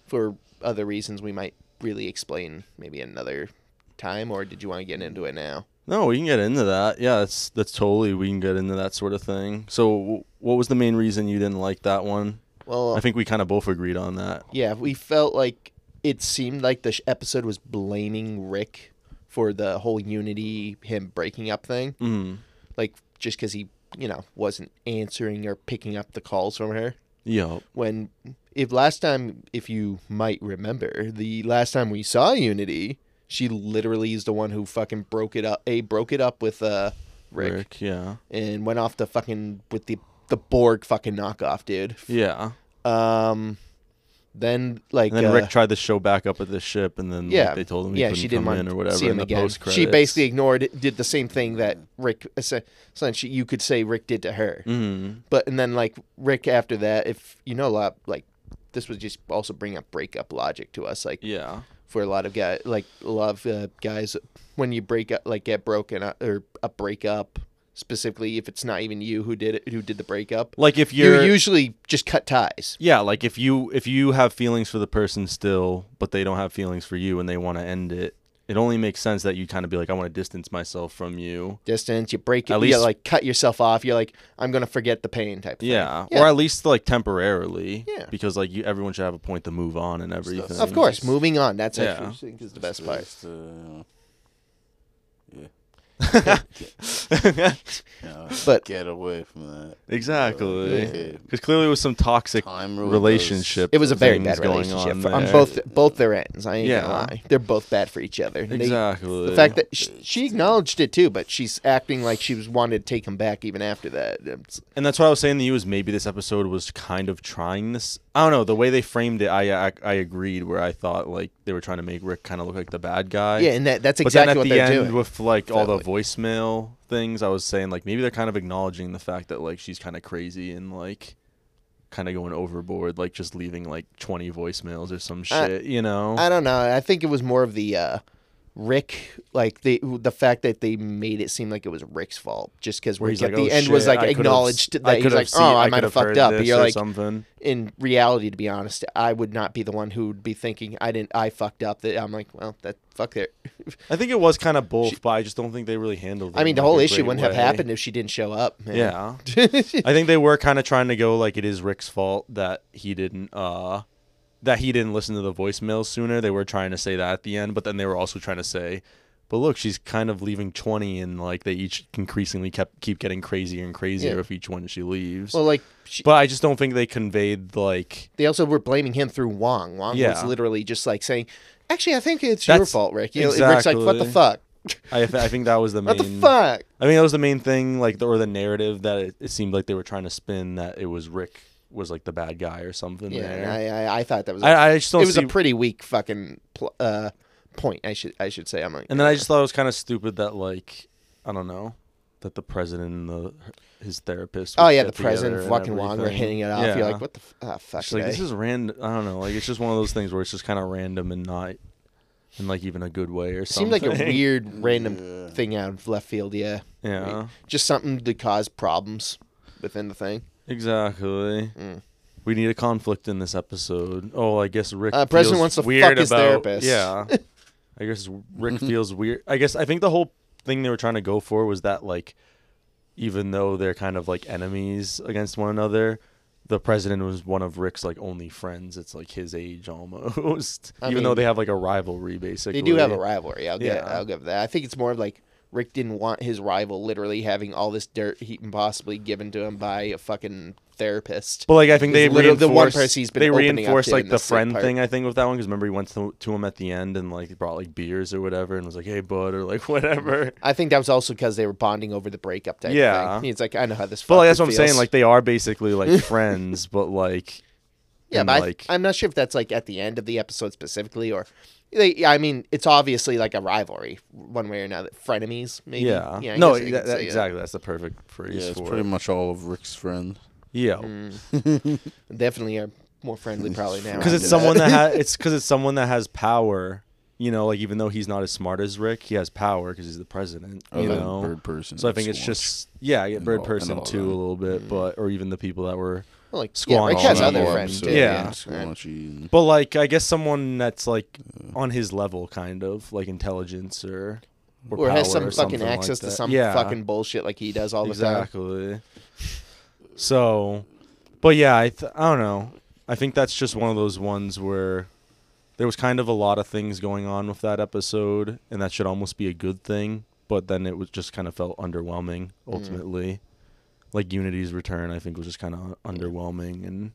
[SPEAKER 4] For other reasons, we might really explain maybe another time. Or did you want to get into it now?
[SPEAKER 2] No, we can get into that. Yeah, that's that's totally we can get into that sort of thing. So, w- what was the main reason you didn't like that one?
[SPEAKER 4] Well,
[SPEAKER 2] I think we kind of both agreed on that.
[SPEAKER 4] Yeah, we felt like it seemed like the sh- episode was blaming Rick for the whole Unity him breaking up thing,
[SPEAKER 2] Mm.
[SPEAKER 4] like just because he, you know, wasn't answering or picking up the calls from her.
[SPEAKER 2] Yep.
[SPEAKER 4] When if last time, if you might remember, the last time we saw Unity, she literally is the one who fucking broke it up. A broke it up with uh Rick,
[SPEAKER 2] Rick. Yeah.
[SPEAKER 4] and went off the fucking with the the Borg fucking knockoff dude.
[SPEAKER 2] Yeah.
[SPEAKER 4] Um, Then like
[SPEAKER 2] And then
[SPEAKER 4] uh,
[SPEAKER 2] Rick tried to show back up at the ship, and then
[SPEAKER 4] yeah,
[SPEAKER 2] like, they told him he
[SPEAKER 4] yeah,
[SPEAKER 2] couldn't
[SPEAKER 4] she didn't
[SPEAKER 2] come
[SPEAKER 4] want
[SPEAKER 2] in or
[SPEAKER 4] to
[SPEAKER 2] whatever.
[SPEAKER 4] See him
[SPEAKER 2] in the
[SPEAKER 4] again.
[SPEAKER 2] post
[SPEAKER 4] She basically ignored, did the same thing that Rick essen- essentially you could say Rick did to her.
[SPEAKER 2] Mm-hmm.
[SPEAKER 4] But and then like Rick after that, if you know a lot, like this was just also bring up breakup logic to us, like
[SPEAKER 2] Yeah.
[SPEAKER 4] for a lot of guys, like a lot of uh, guys, when you break up, like get broken up or a breakup, specifically if it's not even you who did it, who did the breakup,
[SPEAKER 2] Like if
[SPEAKER 4] you
[SPEAKER 2] you're,
[SPEAKER 4] usually just cut ties.
[SPEAKER 2] yeah, like if you if you have feelings for the person still, but they don't have feelings for you, and they want to end it, it only makes sense that you kind of be like, I want to distance myself from you.
[SPEAKER 4] Distance, you break it,
[SPEAKER 2] At
[SPEAKER 4] you
[SPEAKER 2] least-
[SPEAKER 4] like cut yourself off. You're like, I'm gonna forget the pain type. Thing.
[SPEAKER 2] Yeah.
[SPEAKER 4] Yeah.
[SPEAKER 2] Or at least like temporarily.
[SPEAKER 4] Yeah.
[SPEAKER 2] Because like you, everyone should have a point to mmove on and everything.
[SPEAKER 4] Of course,
[SPEAKER 3] Yes.
[SPEAKER 4] moving on. That's
[SPEAKER 2] Yeah.
[SPEAKER 4] actually I think is the best part.
[SPEAKER 3] Just, uh, you know, yeah, you know,
[SPEAKER 4] But-
[SPEAKER 3] get away from that.
[SPEAKER 2] exactly. Because
[SPEAKER 3] Okay.
[SPEAKER 2] clearly it was some toxic
[SPEAKER 3] Time ruined those-
[SPEAKER 2] relationship.
[SPEAKER 4] It was a very
[SPEAKER 2] things
[SPEAKER 4] bad
[SPEAKER 2] going
[SPEAKER 4] relationship
[SPEAKER 2] on
[SPEAKER 4] for- on
[SPEAKER 2] there.
[SPEAKER 4] both both their ends. I ain't gonna
[SPEAKER 2] Yeah.
[SPEAKER 4] lie, they're both bad for each other. And they-
[SPEAKER 2] Exactly.
[SPEAKER 4] the fact that she, she acknowledged it too, but she's acting like she was wanted to take him back even after that. It's-
[SPEAKER 2] and that's what I was saying to you is maybe this episode was kind of trying this. I don't know the way they framed it. I I, I agreed where I thought like they were trying to make Rick kind of look like the bad guy.
[SPEAKER 4] yeah, and that, that's
[SPEAKER 2] but then
[SPEAKER 4] exactly
[SPEAKER 2] at
[SPEAKER 4] what
[SPEAKER 2] the
[SPEAKER 4] they're
[SPEAKER 2] end
[SPEAKER 4] doing.
[SPEAKER 2] with like all the
[SPEAKER 4] Felt
[SPEAKER 2] voicemail things, I was saying like maybe they're kind of acknowledging the fact that like she's kind of crazy and like kind of going overboard, like just leaving like twenty voicemails or some
[SPEAKER 4] I-
[SPEAKER 2] shit. you know?
[SPEAKER 4] I don't know. I think it was more of the uh, Rick, like the the fact that they made it seem like it was Rick's fault, just because
[SPEAKER 2] Where
[SPEAKER 4] Rick
[SPEAKER 2] he's
[SPEAKER 4] at
[SPEAKER 2] like,
[SPEAKER 4] the
[SPEAKER 2] "Oh,
[SPEAKER 4] end was
[SPEAKER 2] shit,
[SPEAKER 4] like
[SPEAKER 2] I could've-
[SPEAKER 4] acknowledged
[SPEAKER 2] I
[SPEAKER 4] that he was
[SPEAKER 2] could've
[SPEAKER 4] like,
[SPEAKER 2] seen-
[SPEAKER 4] oh, I, might
[SPEAKER 2] could've
[SPEAKER 4] have fucked
[SPEAKER 2] heard
[SPEAKER 4] up. But
[SPEAKER 2] this
[SPEAKER 4] you're
[SPEAKER 2] or
[SPEAKER 4] like,
[SPEAKER 2] something.
[SPEAKER 4] in reality, to be honest, I would not be the one who would be thinking I didn't, I fucked up. That I'm like, well, that fuck there.
[SPEAKER 2] I think it was kind of both, but I just don't think they really handled. it
[SPEAKER 4] I mean,
[SPEAKER 2] in,
[SPEAKER 4] the
[SPEAKER 2] like, a
[SPEAKER 4] whole issue
[SPEAKER 2] great
[SPEAKER 4] wouldn't
[SPEAKER 2] way.
[SPEAKER 4] have happened if she didn't show up. Man.
[SPEAKER 2] Yeah. I think they were kind of trying to go like it is Rick's fault that he didn't uh that he didn't listen to the voicemails sooner. They were trying to say that at the end, but then they were also trying to say, but look, she's kind of leaving 20 and like they each increasingly kept keep getting crazier and crazier
[SPEAKER 4] Yeah.
[SPEAKER 2] with each one she leaves.
[SPEAKER 4] well, like she,
[SPEAKER 2] but I just don't think they conveyed like
[SPEAKER 4] they also were blaming him through Wong. Wong was
[SPEAKER 2] Yeah.
[SPEAKER 4] literally just like saying, "Actually, I think it's your
[SPEAKER 2] That's-
[SPEAKER 4] fault, Rick." You know, Rick's like, "What the
[SPEAKER 2] exactly.
[SPEAKER 4] fuck?
[SPEAKER 2] I I think that was the main
[SPEAKER 4] What the fuck?"
[SPEAKER 2] I mean, that was the main thing, like, the, or the narrative that it, it seemed like they were trying to spin that it was Rick was like the bad guy or something.
[SPEAKER 4] Yeah, and
[SPEAKER 2] there.
[SPEAKER 4] I, I I thought that was. a-
[SPEAKER 2] I, I just don't
[SPEAKER 4] it was
[SPEAKER 2] see.
[SPEAKER 4] a pretty weak fucking pl- uh, point. I should I should say. I'm like,
[SPEAKER 2] and then I just thought it was kind of stupid that like I don't know that the president and the his therapist.
[SPEAKER 4] oh
[SPEAKER 2] would
[SPEAKER 4] yeah,
[SPEAKER 2] get
[SPEAKER 4] the president
[SPEAKER 2] together and
[SPEAKER 4] fucking Wong were
[SPEAKER 2] everything.
[SPEAKER 4] hitting it off.
[SPEAKER 2] Yeah.
[SPEAKER 4] You're like, what the f- ah, fuck?
[SPEAKER 2] It's like
[SPEAKER 4] today."
[SPEAKER 2] this is random. I don't know. Like it's just one of those things where it's just kind of random and not in like even a good way or
[SPEAKER 4] It seemed
[SPEAKER 2] something.
[SPEAKER 4] like a weird random
[SPEAKER 3] Yeah.
[SPEAKER 4] thing out of left field. Yeah,
[SPEAKER 2] yeah.
[SPEAKER 4] just something to cause problems within the thing.
[SPEAKER 2] Exactly.
[SPEAKER 4] Mm.
[SPEAKER 2] We need a conflict in this episode. Oh, I guess Rick.
[SPEAKER 4] Uh, president
[SPEAKER 2] feels
[SPEAKER 4] wants to
[SPEAKER 2] weird
[SPEAKER 4] fuck his
[SPEAKER 2] about-
[SPEAKER 4] therapist. Mm-hmm.
[SPEAKER 2] Yeah. I guess Rick feels weird. I guess I think the whole thing they were trying to go for was that like, even though they're kind of like enemies against one another, the president was one of Rick's like only friends. It's like his age almost,
[SPEAKER 4] I
[SPEAKER 2] even though
[SPEAKER 4] mean,
[SPEAKER 2] they have like a rivalry basically.
[SPEAKER 4] They do have a rivalry. I'll get
[SPEAKER 2] Yeah.
[SPEAKER 4] I'll give that. I think it's more of like Rick didn't want his rival literally having all this dirt he can possibly given to him by a fucking therapist.
[SPEAKER 2] But like I think
[SPEAKER 4] He's
[SPEAKER 2] they
[SPEAKER 4] literally
[SPEAKER 2] reinforced
[SPEAKER 4] the one person he's been
[SPEAKER 2] they
[SPEAKER 4] opening up
[SPEAKER 2] reinforced
[SPEAKER 4] to
[SPEAKER 2] like
[SPEAKER 4] in
[SPEAKER 2] the
[SPEAKER 4] this
[SPEAKER 2] friend
[SPEAKER 4] part.
[SPEAKER 2] thing I think with that one because remember he went to, to him at the end and like he brought like beers or whatever and was like hey bud or like whatever.
[SPEAKER 4] I think that was also because they were bonding over the breakup type
[SPEAKER 2] Yeah.
[SPEAKER 4] thing. It's like I know how this.
[SPEAKER 2] But like that's
[SPEAKER 4] fucker
[SPEAKER 2] what I'm saying
[SPEAKER 4] feels.
[SPEAKER 2] like they are basically like friends but like
[SPEAKER 4] yeah,
[SPEAKER 2] and,
[SPEAKER 4] but I,
[SPEAKER 2] like-
[SPEAKER 4] I'm not sure if that's like at the end of the episode specifically or. They, I mean, it's obviously like a rivalry, one way or another. Frenemies, maybe.
[SPEAKER 2] yeah,
[SPEAKER 4] I
[SPEAKER 2] no that-
[SPEAKER 4] guess you could
[SPEAKER 2] that-
[SPEAKER 4] say that.
[SPEAKER 2] exactly that's the perfect phrase
[SPEAKER 3] Yeah, it's
[SPEAKER 2] for
[SPEAKER 3] pretty
[SPEAKER 2] it.
[SPEAKER 3] much all of Rick's friends.
[SPEAKER 4] Mm,
[SPEAKER 2] yeah
[SPEAKER 4] Definitely are more friendly probably now.
[SPEAKER 2] because
[SPEAKER 4] after
[SPEAKER 2] it's someone that ha- it's because it's someone that has power. You know, like even though he's not as smart as Rick, he has power because he's the president.
[SPEAKER 3] Other
[SPEAKER 2] you
[SPEAKER 3] than
[SPEAKER 2] know,
[SPEAKER 3] Oh, Bird Person
[SPEAKER 2] So I
[SPEAKER 3] and
[SPEAKER 2] think it's
[SPEAKER 3] Squanch.
[SPEAKER 2] just yeah, yeah
[SPEAKER 3] And
[SPEAKER 2] bird
[SPEAKER 3] all- and
[SPEAKER 2] person
[SPEAKER 3] all
[SPEAKER 2] too a
[SPEAKER 3] them.
[SPEAKER 2] little bit,
[SPEAKER 4] Mm.
[SPEAKER 2] but or even the people that were
[SPEAKER 4] Well, like, yeah,
[SPEAKER 2] Squanch
[SPEAKER 4] Rick has
[SPEAKER 2] and
[SPEAKER 4] other
[SPEAKER 2] all,
[SPEAKER 4] friends
[SPEAKER 2] so-
[SPEAKER 4] too.
[SPEAKER 2] Yeah.
[SPEAKER 4] Right.
[SPEAKER 3] Squanchy.
[SPEAKER 2] But like, I guess someone that's like on his level, kind of like intelligence or or,
[SPEAKER 4] or has
[SPEAKER 2] power
[SPEAKER 4] some
[SPEAKER 2] or
[SPEAKER 4] fucking
[SPEAKER 2] something like
[SPEAKER 4] access to
[SPEAKER 2] that.
[SPEAKER 4] some
[SPEAKER 2] yeah,
[SPEAKER 4] fucking bullshit like he does all the time.
[SPEAKER 2] exactly. So, but yeah, I th- I don't know. I think that's just one of those ones where there was kind of a lot of things going on with that episode, and that should almost be a good thing. But then it was just kind of felt underwhelming
[SPEAKER 4] Mm.
[SPEAKER 2] ultimately. Like Unity's return, I think was just kind of underwhelming and.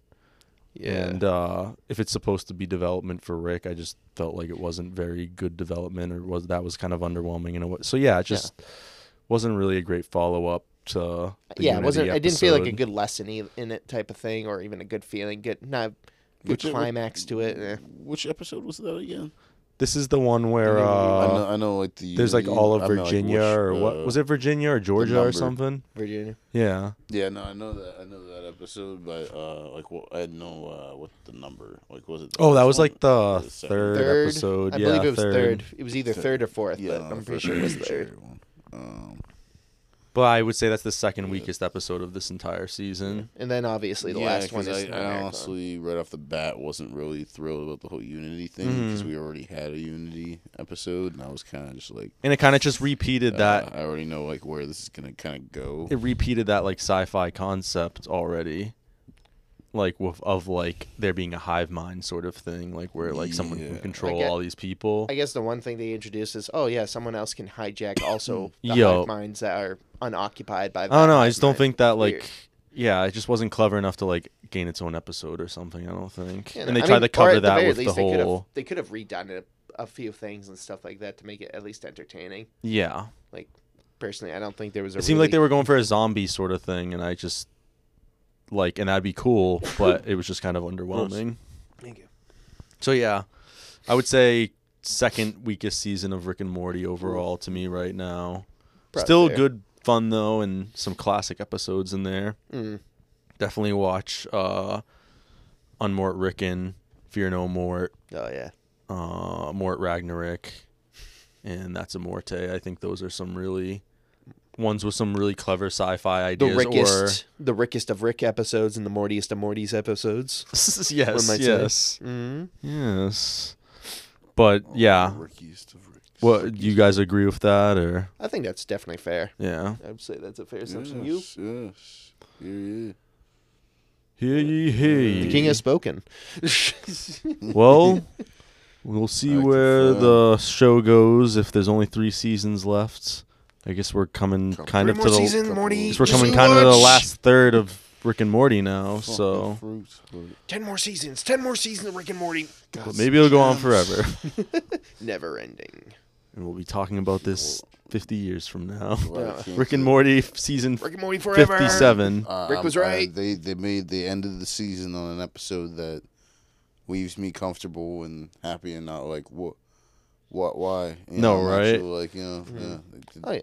[SPEAKER 2] And uh, if it's supposed to be development for Rick, I just felt like it wasn't very good development, or was that was kind of underwhelming in a way. So yeah, it just wasn't really a great follow up to. The
[SPEAKER 4] yeah, it wasn't.
[SPEAKER 2] Unity
[SPEAKER 4] I didn't feel like a
[SPEAKER 2] episode.
[SPEAKER 4] good lesson e- in it type of thing, or even a good feeling. Good, not good
[SPEAKER 5] Which-
[SPEAKER 4] climax to it. eh.
[SPEAKER 5] Which episode was that again?
[SPEAKER 6] This is the one where
[SPEAKER 3] I,
[SPEAKER 6] uh,
[SPEAKER 3] know, I know, like the
[SPEAKER 6] there's like all of
[SPEAKER 3] I mean, like,
[SPEAKER 6] Virginia
[SPEAKER 3] which-
[SPEAKER 6] or what
[SPEAKER 5] uh,
[SPEAKER 6] was it? Virginia or Georgia or
[SPEAKER 3] number.
[SPEAKER 6] something?
[SPEAKER 4] Virginia.
[SPEAKER 6] Yeah.
[SPEAKER 3] Yeah, no, I know that. I know that episode, but uh, like, what I had no uh, what the number? Like, was it? the
[SPEAKER 6] Oh, that
[SPEAKER 3] first
[SPEAKER 6] was like
[SPEAKER 3] one
[SPEAKER 6] the
[SPEAKER 3] or second one?
[SPEAKER 6] third, episode.
[SPEAKER 4] I
[SPEAKER 6] yeah,
[SPEAKER 4] believe it was third. It was either
[SPEAKER 3] Third.
[SPEAKER 4] third or fourth,
[SPEAKER 3] Yeah,
[SPEAKER 4] but
[SPEAKER 3] no,
[SPEAKER 4] I'm
[SPEAKER 3] the
[SPEAKER 4] pretty
[SPEAKER 3] first
[SPEAKER 4] sure it
[SPEAKER 3] one
[SPEAKER 4] was
[SPEAKER 3] the
[SPEAKER 4] third.
[SPEAKER 3] third one. Um,
[SPEAKER 2] But I would say that's the second weakest episode of this entire season.
[SPEAKER 4] And then obviously the
[SPEAKER 3] yeah,
[SPEAKER 4] last one
[SPEAKER 3] 'cause
[SPEAKER 4] is
[SPEAKER 3] I,
[SPEAKER 4] the
[SPEAKER 3] I
[SPEAKER 4] marathon.
[SPEAKER 3] honestly, right off the bat, wasn't really thrilled about the whole Unity thing because
[SPEAKER 4] Mm-hmm.
[SPEAKER 3] we already had a Unity episode, and I was kind of just like,
[SPEAKER 2] And it kind of just repeated
[SPEAKER 3] uh,
[SPEAKER 2] that.
[SPEAKER 3] I already know like where this is gonna kind of go.
[SPEAKER 2] It repeated that like sci-fi concept already, like with, of like there being a hive mind sort of thing, like where like someone can
[SPEAKER 3] Yeah.
[SPEAKER 2] control
[SPEAKER 4] get-
[SPEAKER 2] all these people.
[SPEAKER 4] I guess the one thing they introduced is, oh yeah, someone else can hijack also the
[SPEAKER 2] Mm, Yo.
[SPEAKER 4] hive minds that are unoccupied by.
[SPEAKER 2] I don't know. I
[SPEAKER 4] hive
[SPEAKER 2] just don't
[SPEAKER 4] mind.
[SPEAKER 2] think that like
[SPEAKER 4] Weird.
[SPEAKER 2] yeah, it just wasn't clever enough to like gain its own episode or something. I don't think.
[SPEAKER 4] Yeah,
[SPEAKER 2] and they
[SPEAKER 4] I
[SPEAKER 2] tried
[SPEAKER 4] mean,
[SPEAKER 2] to
[SPEAKER 4] or
[SPEAKER 2] cover
[SPEAKER 4] at
[SPEAKER 2] that
[SPEAKER 4] very
[SPEAKER 2] with the
[SPEAKER 4] least, they Could have,
[SPEAKER 2] whole
[SPEAKER 4] they could have redone it a, a few things and stuff like that to make it at least entertaining.
[SPEAKER 2] yeah.
[SPEAKER 4] Like personally, I don't think there was. A
[SPEAKER 2] It seemed like
[SPEAKER 4] really-
[SPEAKER 2] they were going for a zombie sort of thing, and I just like and that'd be cool, but it was just kind of underwhelming.
[SPEAKER 4] Thank you.
[SPEAKER 2] So yeah, I would say second weakest season of Rick and Morty overall to me right now.
[SPEAKER 4] Probably
[SPEAKER 2] Still
[SPEAKER 4] fair.
[SPEAKER 2] good fun though, and some classic episodes in there.
[SPEAKER 4] Mm.
[SPEAKER 2] Definitely watch uh Unmort Rickon, Fear No Mort,
[SPEAKER 4] Oh yeah.
[SPEAKER 2] uh, Mort Ragnarok, and that's a Morte. I think those are some really ones with some really clever sci-fi
[SPEAKER 4] The
[SPEAKER 2] ideas.
[SPEAKER 4] rickest, the rickest of Rick episodes and the Mortiest of Morty's episodes.
[SPEAKER 2] Or,
[SPEAKER 4] One
[SPEAKER 2] yes,
[SPEAKER 4] might say.
[SPEAKER 2] yes,
[SPEAKER 4] Mm.
[SPEAKER 2] yes. But yeah,
[SPEAKER 3] Rickiest of Ricks.
[SPEAKER 2] what do you guys agree with that or
[SPEAKER 4] I think that's definitely fair.
[SPEAKER 2] yeah?
[SPEAKER 4] I would say that's a fair
[SPEAKER 3] Yes,
[SPEAKER 4] assumption. You,
[SPEAKER 3] yes. Yeah, yeah.
[SPEAKER 2] Hear ye, hear
[SPEAKER 4] the
[SPEAKER 2] ye.
[SPEAKER 4] king has spoken.
[SPEAKER 2] well, we'll see
[SPEAKER 3] I
[SPEAKER 2] where
[SPEAKER 3] confirm.
[SPEAKER 2] the show goes. If there's only three seasons left, I guess we're coming
[SPEAKER 3] Couple-
[SPEAKER 2] kind
[SPEAKER 3] three
[SPEAKER 2] of
[SPEAKER 4] more
[SPEAKER 2] to the.
[SPEAKER 4] seasons,
[SPEAKER 3] Couple-
[SPEAKER 4] Morty.
[SPEAKER 2] guess we're
[SPEAKER 4] Just
[SPEAKER 2] coming
[SPEAKER 4] too
[SPEAKER 2] kind of to the
[SPEAKER 4] much.
[SPEAKER 2] last third of Rick and Morty now,
[SPEAKER 3] Fucking
[SPEAKER 2] so.
[SPEAKER 3] fruits, but-
[SPEAKER 4] Ten more seasons. Ten more seasons of Rick and Morty.
[SPEAKER 2] But maybe it'll go on forever.
[SPEAKER 4] Never ending.
[SPEAKER 2] and we'll be talking about this 50 years from now.
[SPEAKER 3] Well, I
[SPEAKER 4] Yeah.
[SPEAKER 3] can't
[SPEAKER 2] Rick and
[SPEAKER 3] do it.
[SPEAKER 2] Morty f- season
[SPEAKER 4] Rick and Morty forever.
[SPEAKER 2] 57.
[SPEAKER 3] Uh,
[SPEAKER 4] Rick
[SPEAKER 3] I'm-
[SPEAKER 4] was
[SPEAKER 3] I-
[SPEAKER 4] right.
[SPEAKER 3] they they made the end of the season on an episode that leaves me comfortable and happy and not like what, what, why? You
[SPEAKER 2] No,
[SPEAKER 3] I'm
[SPEAKER 2] right?
[SPEAKER 3] actually, Like you know, yeah. they did-
[SPEAKER 4] Oh yeah.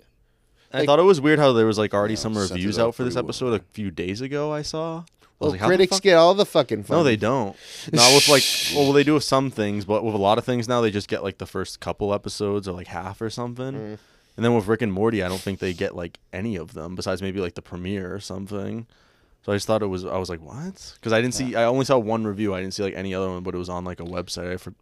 [SPEAKER 2] I thought it was weird how there was like already
[SPEAKER 3] Yeah,
[SPEAKER 2] some
[SPEAKER 3] set it
[SPEAKER 2] reviews
[SPEAKER 3] up
[SPEAKER 2] out for this
[SPEAKER 3] pretty well.
[SPEAKER 2] episode a few days ago I saw. I was
[SPEAKER 4] Well,
[SPEAKER 2] like, how the
[SPEAKER 4] critics
[SPEAKER 2] fuck-
[SPEAKER 4] get all the fucking fun.
[SPEAKER 2] No, they don't. Not with like well they do with some things, but with a lot of things now they just get like the first couple episodes or like half or something.
[SPEAKER 4] Mm.
[SPEAKER 2] And then with Rick and Morty, I don't think they get like any of them besides maybe like the premiere or something. So I just thought it was I was like, "What?" Cuz I didn't see I only saw one review. I didn't see like any other one, but it was on like a website. I for,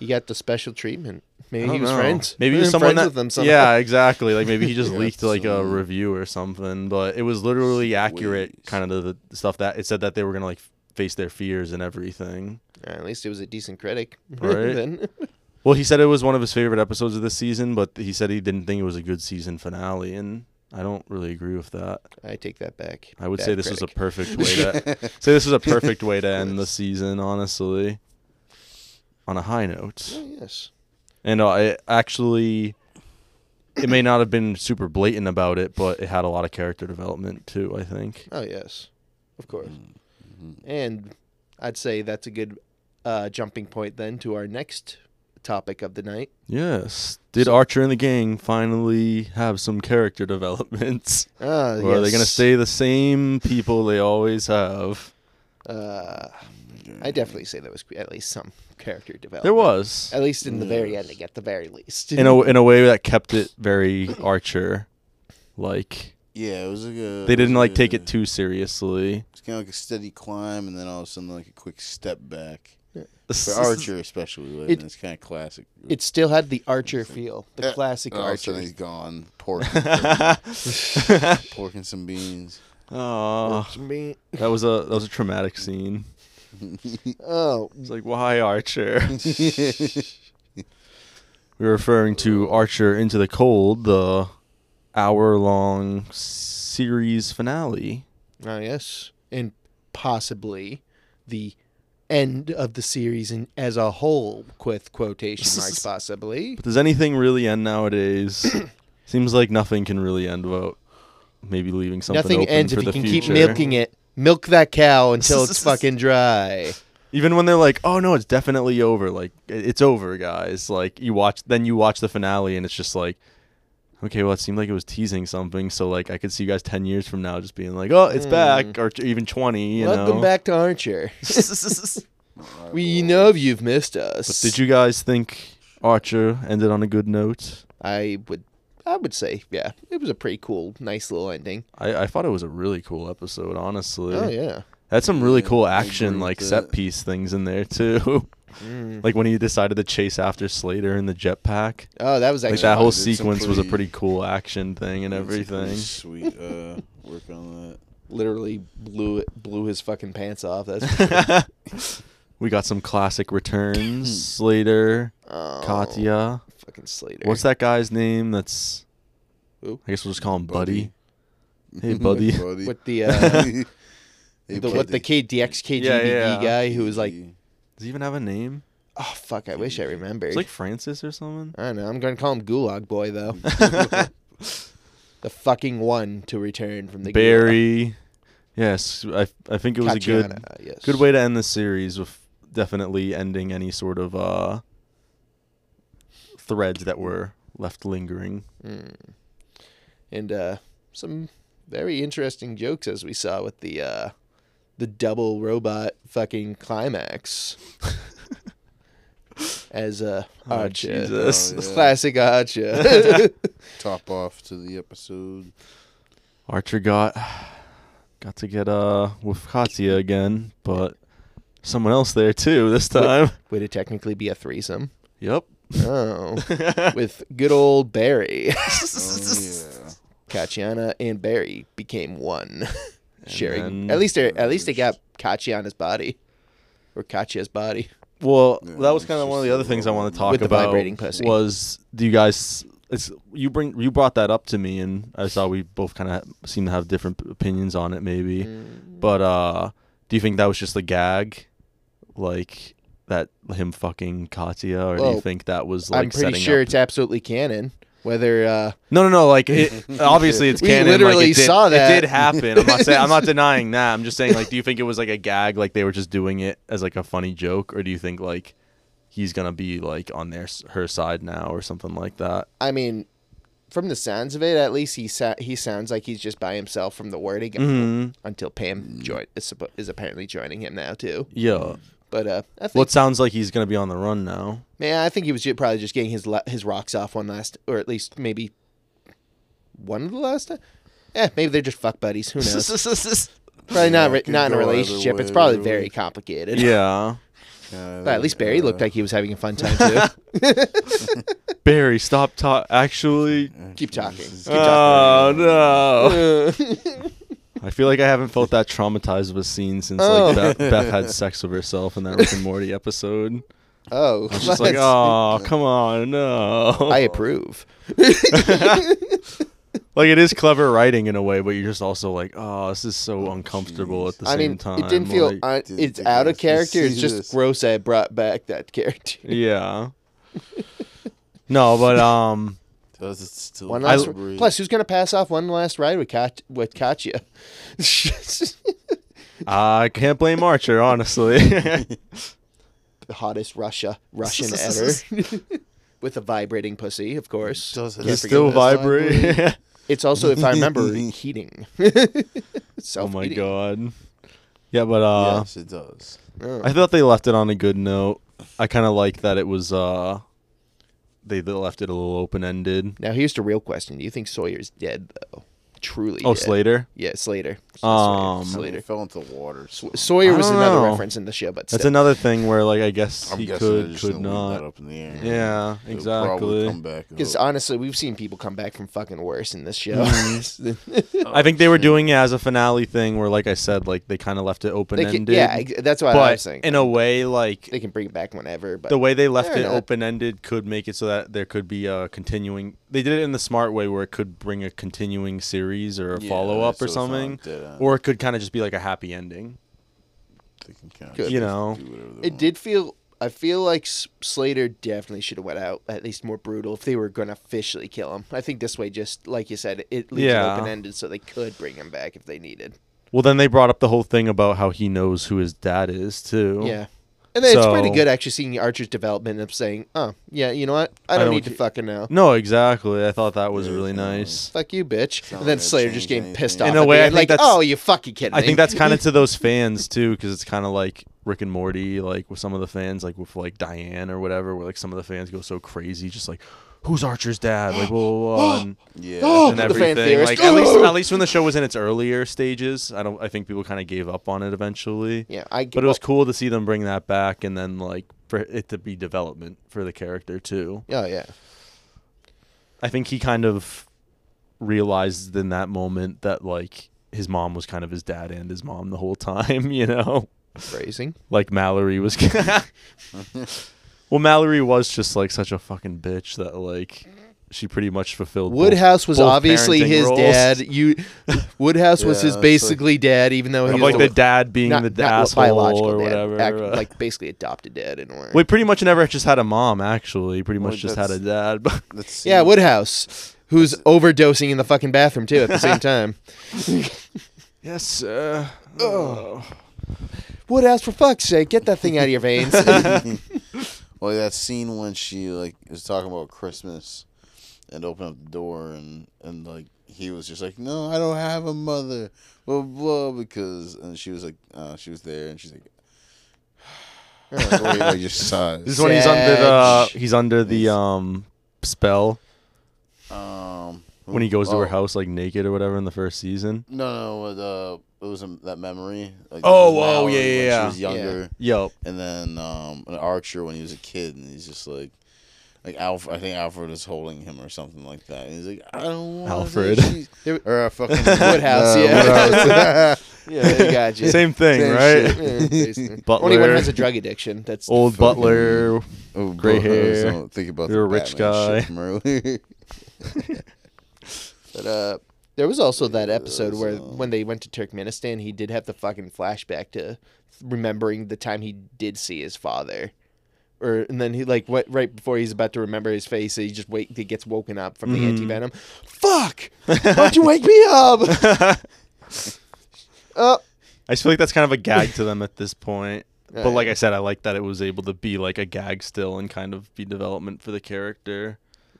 [SPEAKER 4] He got the special treatment. Maybe
[SPEAKER 2] I
[SPEAKER 4] he
[SPEAKER 2] don't
[SPEAKER 4] was
[SPEAKER 2] know.
[SPEAKER 4] friends.
[SPEAKER 2] Maybe he
[SPEAKER 4] he
[SPEAKER 2] was someone
[SPEAKER 4] friends
[SPEAKER 2] that,
[SPEAKER 4] with them. Somehow.
[SPEAKER 2] yeah, exactly. Like maybe he just
[SPEAKER 3] Yeah,
[SPEAKER 2] leaked like a
[SPEAKER 3] so-
[SPEAKER 2] review or something. But it was literally accurate,
[SPEAKER 3] Ways.
[SPEAKER 2] kind of the, the stuff that it said that they were gonna like face their fears and everything.
[SPEAKER 4] Uh, at least it was a decent critic.
[SPEAKER 2] Right.
[SPEAKER 4] then.
[SPEAKER 2] Well, he said it was one of his favorite episodes of this season, but he said he didn't think it was a good season finale, and I don't really agree with that.
[SPEAKER 4] I take that back.
[SPEAKER 2] I would
[SPEAKER 4] Bad
[SPEAKER 2] say this was a
[SPEAKER 4] critic.
[SPEAKER 2] perfect way to say this was a perfect way to end the season, honestly. On a high note.
[SPEAKER 4] Oh, yes.
[SPEAKER 2] And uh, it actually, it may not have been super blatant about it, but it had a lot of character development too. I think.
[SPEAKER 4] Oh yes. Of course.
[SPEAKER 2] Mm-hmm.
[SPEAKER 4] And I'd say that's a good uh, jumping point then to our next topic of the night.
[SPEAKER 2] Yes. Did Archer and the gang finally have some character developments,
[SPEAKER 4] Uh,
[SPEAKER 2] or are they gonna
[SPEAKER 4] yes.
[SPEAKER 2] stay the same people they always have?
[SPEAKER 4] Uh, I definitely say there was at least some character development.
[SPEAKER 2] There was
[SPEAKER 4] At least in the very ending, at the very least.
[SPEAKER 2] in a in a way that kept it very Archer, like
[SPEAKER 3] Yeah, it was like a.
[SPEAKER 2] they didn't
[SPEAKER 3] was
[SPEAKER 2] like take
[SPEAKER 3] a-
[SPEAKER 2] it too seriously.
[SPEAKER 3] It's kind of like a steady climb, and then all of a sudden, like a quick step back. For
[SPEAKER 2] Archer.
[SPEAKER 3] Archer, especially, right?
[SPEAKER 4] It-
[SPEAKER 3] and it's kind of classic.
[SPEAKER 4] it still had the Archer feel, the
[SPEAKER 3] Uh,
[SPEAKER 4] classic
[SPEAKER 3] all of a sudden
[SPEAKER 4] Archer.
[SPEAKER 3] he's gone. Porking, porking some beans.
[SPEAKER 2] Aw,
[SPEAKER 4] Me-
[SPEAKER 2] that was a that was a traumatic scene.
[SPEAKER 4] Oh,
[SPEAKER 2] It's like, why Archer? We're referring to Archer Into the Cold, the hour long series finale.
[SPEAKER 4] oh yes, and possibly the end of the series in, as a whole, with quotation marks, possibly.
[SPEAKER 2] But does anything really end nowadays? Seems like nothing can really end without maybe leaving something
[SPEAKER 4] Nothing
[SPEAKER 2] open
[SPEAKER 4] ends
[SPEAKER 2] for
[SPEAKER 4] if you
[SPEAKER 2] the
[SPEAKER 4] can keep
[SPEAKER 2] future.
[SPEAKER 4] milking it. Milk that cow until it's fucking dry.
[SPEAKER 2] Even when they're like, "Oh no, it's definitely over. Like it- it's over, guys." Like you watch, then you watch the finale, and it's just like, "Okay, well, it seemed like it was teasing something." So like, I could see you guys ten years from now just being like, "Oh, it's back," or t- even twenty. You
[SPEAKER 4] Hmm. Welcome
[SPEAKER 2] know?
[SPEAKER 4] back to Armchair. we know you've missed us.
[SPEAKER 2] But did you guys think Archer ended on a good note?
[SPEAKER 4] I would, I would say, yeah, it was a pretty cool, nice little ending.
[SPEAKER 2] I, I thought it was a really cool episode, honestly.
[SPEAKER 4] Oh yeah.
[SPEAKER 2] Had some really
[SPEAKER 3] Yeah,
[SPEAKER 2] cool
[SPEAKER 3] I
[SPEAKER 2] action,
[SPEAKER 3] agree
[SPEAKER 2] like
[SPEAKER 3] with
[SPEAKER 2] set
[SPEAKER 3] that.
[SPEAKER 2] piece things in there too.
[SPEAKER 4] Mm.
[SPEAKER 2] like when he decided to chase after Slater in the jetpack.
[SPEAKER 4] Oh, that was
[SPEAKER 2] Like
[SPEAKER 4] actually
[SPEAKER 2] that whole
[SPEAKER 3] it's some
[SPEAKER 2] sequence was a
[SPEAKER 3] pretty-
[SPEAKER 2] pretty cool action thing and everything.
[SPEAKER 3] Sweet uh, work on that.
[SPEAKER 4] literally blew it, blew his fucking pants off. That's
[SPEAKER 2] we got some classic returns. Slater,
[SPEAKER 4] oh,
[SPEAKER 2] Katya.
[SPEAKER 4] fucking Slater.
[SPEAKER 2] What's that guy's name? That's.
[SPEAKER 4] Who?
[SPEAKER 2] I guess we'll just call him Buddy.
[SPEAKER 3] Buddy.
[SPEAKER 2] Hey, buddy.
[SPEAKER 3] Hey, buddy.
[SPEAKER 4] With the uh,
[SPEAKER 3] Hey,
[SPEAKER 4] the what the
[SPEAKER 3] buddy.
[SPEAKER 4] KDX KGBD
[SPEAKER 2] Yeah, yeah.
[SPEAKER 4] guy who was like,
[SPEAKER 2] Does he even have a name?
[SPEAKER 4] oh fuck, I wish I remembered.
[SPEAKER 2] It's like Francis or something.
[SPEAKER 4] I don't know. I'm gonna call him Gulag Boy though. the fucking one to return from the Gulag.
[SPEAKER 2] Barry. Yes, I, I think it was a good
[SPEAKER 4] Katiana, yes.
[SPEAKER 2] good way to end the series with definitely ending any sort of uh threads that were left lingering.
[SPEAKER 4] Mm. and uh, some very interesting jokes as we saw with the uh, the double robot fucking climax. as uh,
[SPEAKER 2] Oh,
[SPEAKER 4] Archer,
[SPEAKER 2] Jesus.
[SPEAKER 3] Oh, yeah.
[SPEAKER 4] classic Archer.
[SPEAKER 3] top off to the episode.
[SPEAKER 2] Archer got got to get uh with Katya again, but someone else there too this time.
[SPEAKER 4] Would it technically be a threesome?
[SPEAKER 2] Yep.
[SPEAKER 4] Oh, with good old Barry,
[SPEAKER 3] Oh, yeah.
[SPEAKER 4] Katiana and Barry became one, sharing.
[SPEAKER 2] then-
[SPEAKER 4] At least, they at least they got Katiana's body, or Katya's body.
[SPEAKER 2] Well,
[SPEAKER 3] Yeah,
[SPEAKER 2] that was
[SPEAKER 3] it's
[SPEAKER 2] kind of one of
[SPEAKER 3] just
[SPEAKER 2] the other
[SPEAKER 3] a
[SPEAKER 2] things I
[SPEAKER 3] little-
[SPEAKER 2] want to talk
[SPEAKER 4] With the
[SPEAKER 2] about.
[SPEAKER 4] vibrating pussy.
[SPEAKER 2] Was do you guys? It's you bring you brought that up to me, and I saw we both kind of seem to have different p- opinions on it, maybe.
[SPEAKER 4] Mm.
[SPEAKER 2] But uh, do you think that was just a gag, like that him fucking Katya, or do
[SPEAKER 4] Well,
[SPEAKER 2] you think that was like
[SPEAKER 4] I'm pretty
[SPEAKER 2] setting
[SPEAKER 4] sure
[SPEAKER 2] up?
[SPEAKER 4] it's absolutely canon. Whether uh,
[SPEAKER 2] No, no, no. Like it, obviously, it's
[SPEAKER 4] We
[SPEAKER 2] canon.
[SPEAKER 4] literally
[SPEAKER 2] like, it did,
[SPEAKER 4] saw that.
[SPEAKER 2] It did happen. I'm not saying I'm not denying that. I'm just saying like, do you think it was like a gag, like they were just doing it as like a funny joke, or do you think like he's gonna be like on their s- her side now or something like that?
[SPEAKER 4] I mean, from the sounds of it, at least he sa- he sounds like he's just by himself from the wording.
[SPEAKER 2] Mhm.
[SPEAKER 4] Until Pam join is, suppo- is apparently joining him now too.
[SPEAKER 2] Yeah.
[SPEAKER 4] But uh, I think
[SPEAKER 2] Well, it sounds like he's gonna be on the run now.
[SPEAKER 4] Yeah, I think he was ju- probably just getting his la- his rocks off one last, or at least maybe one of the last. Time. Yeah, maybe they're just fuck buddies. Who knows? probably
[SPEAKER 3] Yeah,
[SPEAKER 4] not
[SPEAKER 3] it
[SPEAKER 4] re-
[SPEAKER 3] could
[SPEAKER 4] not in a
[SPEAKER 3] go either
[SPEAKER 4] relationship.
[SPEAKER 3] way,
[SPEAKER 4] it's probably
[SPEAKER 3] really.
[SPEAKER 4] very complicated.
[SPEAKER 2] yeah.
[SPEAKER 3] Yeah, Uh,
[SPEAKER 4] But at least Barry looked like he was having a fun time too.
[SPEAKER 2] Barry, stop talk. Actually.
[SPEAKER 4] Keep talking. Keep
[SPEAKER 2] Oh no!
[SPEAKER 4] talking.
[SPEAKER 2] I feel like I haven't felt that traumatized of a scene since
[SPEAKER 4] Oh.
[SPEAKER 2] like Beth, Beth had sex with herself in that Rick and Morty episode.
[SPEAKER 4] oh,
[SPEAKER 2] It's just like,
[SPEAKER 4] let's-
[SPEAKER 2] oh, come on, no.
[SPEAKER 4] I approve.
[SPEAKER 2] like it is clever writing in a way, but you're just also like, oh, this is so uncomfortable at the
[SPEAKER 4] I
[SPEAKER 2] same
[SPEAKER 4] mean,
[SPEAKER 2] time.
[SPEAKER 4] it didn't feel.
[SPEAKER 2] like-
[SPEAKER 4] un-
[SPEAKER 3] Did
[SPEAKER 4] it's
[SPEAKER 3] you
[SPEAKER 4] out of
[SPEAKER 3] guys
[SPEAKER 4] character. It's
[SPEAKER 3] see
[SPEAKER 4] just
[SPEAKER 3] this?
[SPEAKER 4] gross. I brought back that character.
[SPEAKER 2] yeah. No, but um,
[SPEAKER 3] Does it still
[SPEAKER 4] One last.
[SPEAKER 3] breathe?
[SPEAKER 4] plus, who's gonna pass off one last ride with Kat- with Katya?
[SPEAKER 2] I can't blame Archer honestly.
[SPEAKER 4] the hottest Russia Russian ever. With a vibrating pussy, of course.
[SPEAKER 3] Does it
[SPEAKER 4] Can't forget
[SPEAKER 2] Still
[SPEAKER 4] that.
[SPEAKER 2] vibrate.
[SPEAKER 4] It's also, if I remember, heating.
[SPEAKER 2] oh my
[SPEAKER 4] Self-heating.
[SPEAKER 2] god. Yeah, but uh,
[SPEAKER 3] yes, it does.
[SPEAKER 4] Oh.
[SPEAKER 2] I thought they left it on a good note. I kind of like that it was uh, they they left it a little open ended.
[SPEAKER 4] Now here's the real question: Do you think Sawyer's dead though? Truly?
[SPEAKER 2] Oh,
[SPEAKER 4] dead.
[SPEAKER 2] Slater.
[SPEAKER 4] Yeah, Slater. S-
[SPEAKER 2] Um,
[SPEAKER 3] Somebody
[SPEAKER 4] Slater. Slater.
[SPEAKER 3] fell into the water. So
[SPEAKER 4] Sawyer
[SPEAKER 2] I
[SPEAKER 4] was
[SPEAKER 2] don't
[SPEAKER 4] another
[SPEAKER 2] know.
[SPEAKER 4] reference in the show, but
[SPEAKER 2] That's
[SPEAKER 4] still.
[SPEAKER 2] another thing where like I guess
[SPEAKER 3] I'm
[SPEAKER 2] he
[SPEAKER 3] guessing they're
[SPEAKER 2] could
[SPEAKER 3] just
[SPEAKER 2] could
[SPEAKER 3] gonna leave
[SPEAKER 2] not.
[SPEAKER 3] that up in the air.
[SPEAKER 2] Yeah,
[SPEAKER 3] They'll probably
[SPEAKER 2] exactly.
[SPEAKER 3] Come back. and
[SPEAKER 4] Because
[SPEAKER 3] look.
[SPEAKER 4] honestly, we've seen people come back from fucking worse in this show.
[SPEAKER 2] Mm-hmm. I think they were doing it as a finale thing, where like I said, like they kind of left it open
[SPEAKER 4] they can,
[SPEAKER 2] ended.
[SPEAKER 4] yeah, ex- that's what I was
[SPEAKER 2] but
[SPEAKER 4] saying.
[SPEAKER 2] in a way, like
[SPEAKER 4] they can bring it back whenever, but
[SPEAKER 2] the way they left
[SPEAKER 4] Fair
[SPEAKER 2] it
[SPEAKER 4] enough.
[SPEAKER 2] open ended could make it so that there could be a continuing. They did it in the smart way, where it could bring a continuing series or a
[SPEAKER 3] Yeah,
[SPEAKER 2] follow up
[SPEAKER 3] so
[SPEAKER 2] or
[SPEAKER 3] it's not a
[SPEAKER 2] something,
[SPEAKER 3] dead end.
[SPEAKER 2] or it could kind of just be like a happy ending.
[SPEAKER 3] They can kinda
[SPEAKER 4] Good.
[SPEAKER 3] just
[SPEAKER 2] You know.
[SPEAKER 3] do whatever they
[SPEAKER 4] It
[SPEAKER 3] want.
[SPEAKER 4] did feel. I feel like S- Slater definitely should have went out at least more brutal if they were going to officially kill him. I think this way, just like you said, it leaves
[SPEAKER 2] Yeah.
[SPEAKER 4] it open ended so they could bring him back if they needed.
[SPEAKER 2] Well, then they brought up the whole thing about how he knows who his dad is too.
[SPEAKER 4] Yeah, And then it's pretty
[SPEAKER 2] So-
[SPEAKER 4] good actually seeing Archer's development and saying, oh, yeah, you know what? I don't
[SPEAKER 2] don't
[SPEAKER 4] need to
[SPEAKER 2] ca-
[SPEAKER 4] fucking know.
[SPEAKER 2] No, exactly. I thought that was really
[SPEAKER 3] Yeah.
[SPEAKER 2] nice.
[SPEAKER 4] Fuck you, bitch.
[SPEAKER 3] not
[SPEAKER 4] And then
[SPEAKER 3] gonna
[SPEAKER 4] Slayer just
[SPEAKER 3] change
[SPEAKER 4] getting pissed off.
[SPEAKER 3] anything.
[SPEAKER 2] In a way, I
[SPEAKER 4] at the end,
[SPEAKER 2] think
[SPEAKER 4] like,
[SPEAKER 2] that's-
[SPEAKER 4] oh, you fucking kidding me.
[SPEAKER 2] I think that's kind of to those fans too, because it's kind of like Rick and Morty, like with some of the fans, like with like Diane or whatever, where like some of the fans go so crazy, just like, "Who's Archer's dad?" Like, blah blah, blah and,
[SPEAKER 3] Yeah.
[SPEAKER 4] Oh!
[SPEAKER 2] and
[SPEAKER 4] the fan
[SPEAKER 2] everything.
[SPEAKER 4] theorist.
[SPEAKER 2] Like at least, at least when the show was in its earlier stages, I don't. I think people kind of gave up on it eventually.
[SPEAKER 4] Yeah, I
[SPEAKER 2] But it was cool to see them bring that back, and then like for it to be development for the character too.
[SPEAKER 4] Oh, yeah.
[SPEAKER 2] I think he kind of realized in that moment that like his mom was kind of his dad and his mom the whole time, you know?
[SPEAKER 4] Phrasing.
[SPEAKER 2] Like Mallory was Well, Mallory was just like such a fucking bitch that like she pretty much fulfilled both-
[SPEAKER 4] Woodhouse was
[SPEAKER 2] both
[SPEAKER 4] obviously
[SPEAKER 2] parenting
[SPEAKER 4] his
[SPEAKER 2] roles.
[SPEAKER 4] dad. You, Woodhouse was
[SPEAKER 3] Yeah,
[SPEAKER 4] his
[SPEAKER 3] it's like-
[SPEAKER 4] basically dad, even though he
[SPEAKER 2] Of,
[SPEAKER 4] was
[SPEAKER 2] like the
[SPEAKER 4] one-
[SPEAKER 2] dad being
[SPEAKER 4] not,
[SPEAKER 2] the
[SPEAKER 4] not
[SPEAKER 2] asshole
[SPEAKER 4] biological
[SPEAKER 2] or
[SPEAKER 4] dad,
[SPEAKER 2] whatever.
[SPEAKER 4] act-
[SPEAKER 2] uh,
[SPEAKER 4] like basically adopted dad in a way.
[SPEAKER 2] we pretty much never just had a mom actually, pretty much
[SPEAKER 3] Well,
[SPEAKER 2] just had a dad. But
[SPEAKER 3] Let's see.
[SPEAKER 4] yeah, Woodhouse, who's overdosing in the fucking bathroom too at the same time.
[SPEAKER 2] yes, sir. Oh.
[SPEAKER 4] Woodhouse, for fuck's sake, get that thing out of your veins.
[SPEAKER 3] Well, that scene when she like was talking about Christmas and opened up the door and and like he was just like, no, I don't have a mother, blah blah, blah," because and she was like, uh, she was there and she's like, like, wait, I just saw
[SPEAKER 2] This
[SPEAKER 3] it.
[SPEAKER 2] is when he's under the
[SPEAKER 4] Sedge.
[SPEAKER 2] he's under the um spell
[SPEAKER 3] um
[SPEAKER 2] when he goes to her
[SPEAKER 3] oh,
[SPEAKER 2] house like naked or whatever in the first season.
[SPEAKER 3] No, no, uh, it was um, that memory. Like,
[SPEAKER 2] Oh,
[SPEAKER 3] this is
[SPEAKER 2] oh,
[SPEAKER 3] Mallory
[SPEAKER 2] yeah, yeah,
[SPEAKER 3] when
[SPEAKER 2] yeah.
[SPEAKER 3] She was younger.
[SPEAKER 2] Yo,
[SPEAKER 3] and then um, an archer when he was a kid, and he's just like, like Alfred. I think Alfred is holding him or something like that. And he's like, I don't want
[SPEAKER 2] Alfred.
[SPEAKER 3] or a fucking uh,
[SPEAKER 4] Woodhouse, yeah. yeah, they got you.
[SPEAKER 2] same thing,
[SPEAKER 3] Same
[SPEAKER 2] right?
[SPEAKER 3] shit.
[SPEAKER 4] Yeah, basically.
[SPEAKER 2] Butler.
[SPEAKER 4] Only one has a drug addiction. That's
[SPEAKER 2] Old
[SPEAKER 3] Fucking-
[SPEAKER 2] butler.
[SPEAKER 3] Oh,
[SPEAKER 2] Gray
[SPEAKER 3] bro, I was
[SPEAKER 2] hair.
[SPEAKER 3] not Thinking about
[SPEAKER 2] You're
[SPEAKER 3] the
[SPEAKER 2] a rich
[SPEAKER 3] Batman
[SPEAKER 2] guy.
[SPEAKER 3] shit from earlier.
[SPEAKER 4] But uh, there was also that episode where
[SPEAKER 3] so-
[SPEAKER 2] uh,
[SPEAKER 4] when they went to Turkmenistan, he did have the fucking flashback to remembering the time he did see his father. Or and then he like what right before he's about to remember his face, he just wait. He gets woken up from
[SPEAKER 2] Mm-hmm.
[SPEAKER 4] the anti venom. Fuck! Why'd you wake me up? uh,
[SPEAKER 2] I just feel like that's kind of a gag to them at this point.
[SPEAKER 4] Yeah,
[SPEAKER 2] but like
[SPEAKER 4] yeah.
[SPEAKER 2] I said, I like that it was able to be like a gag still and kind of be development for the character.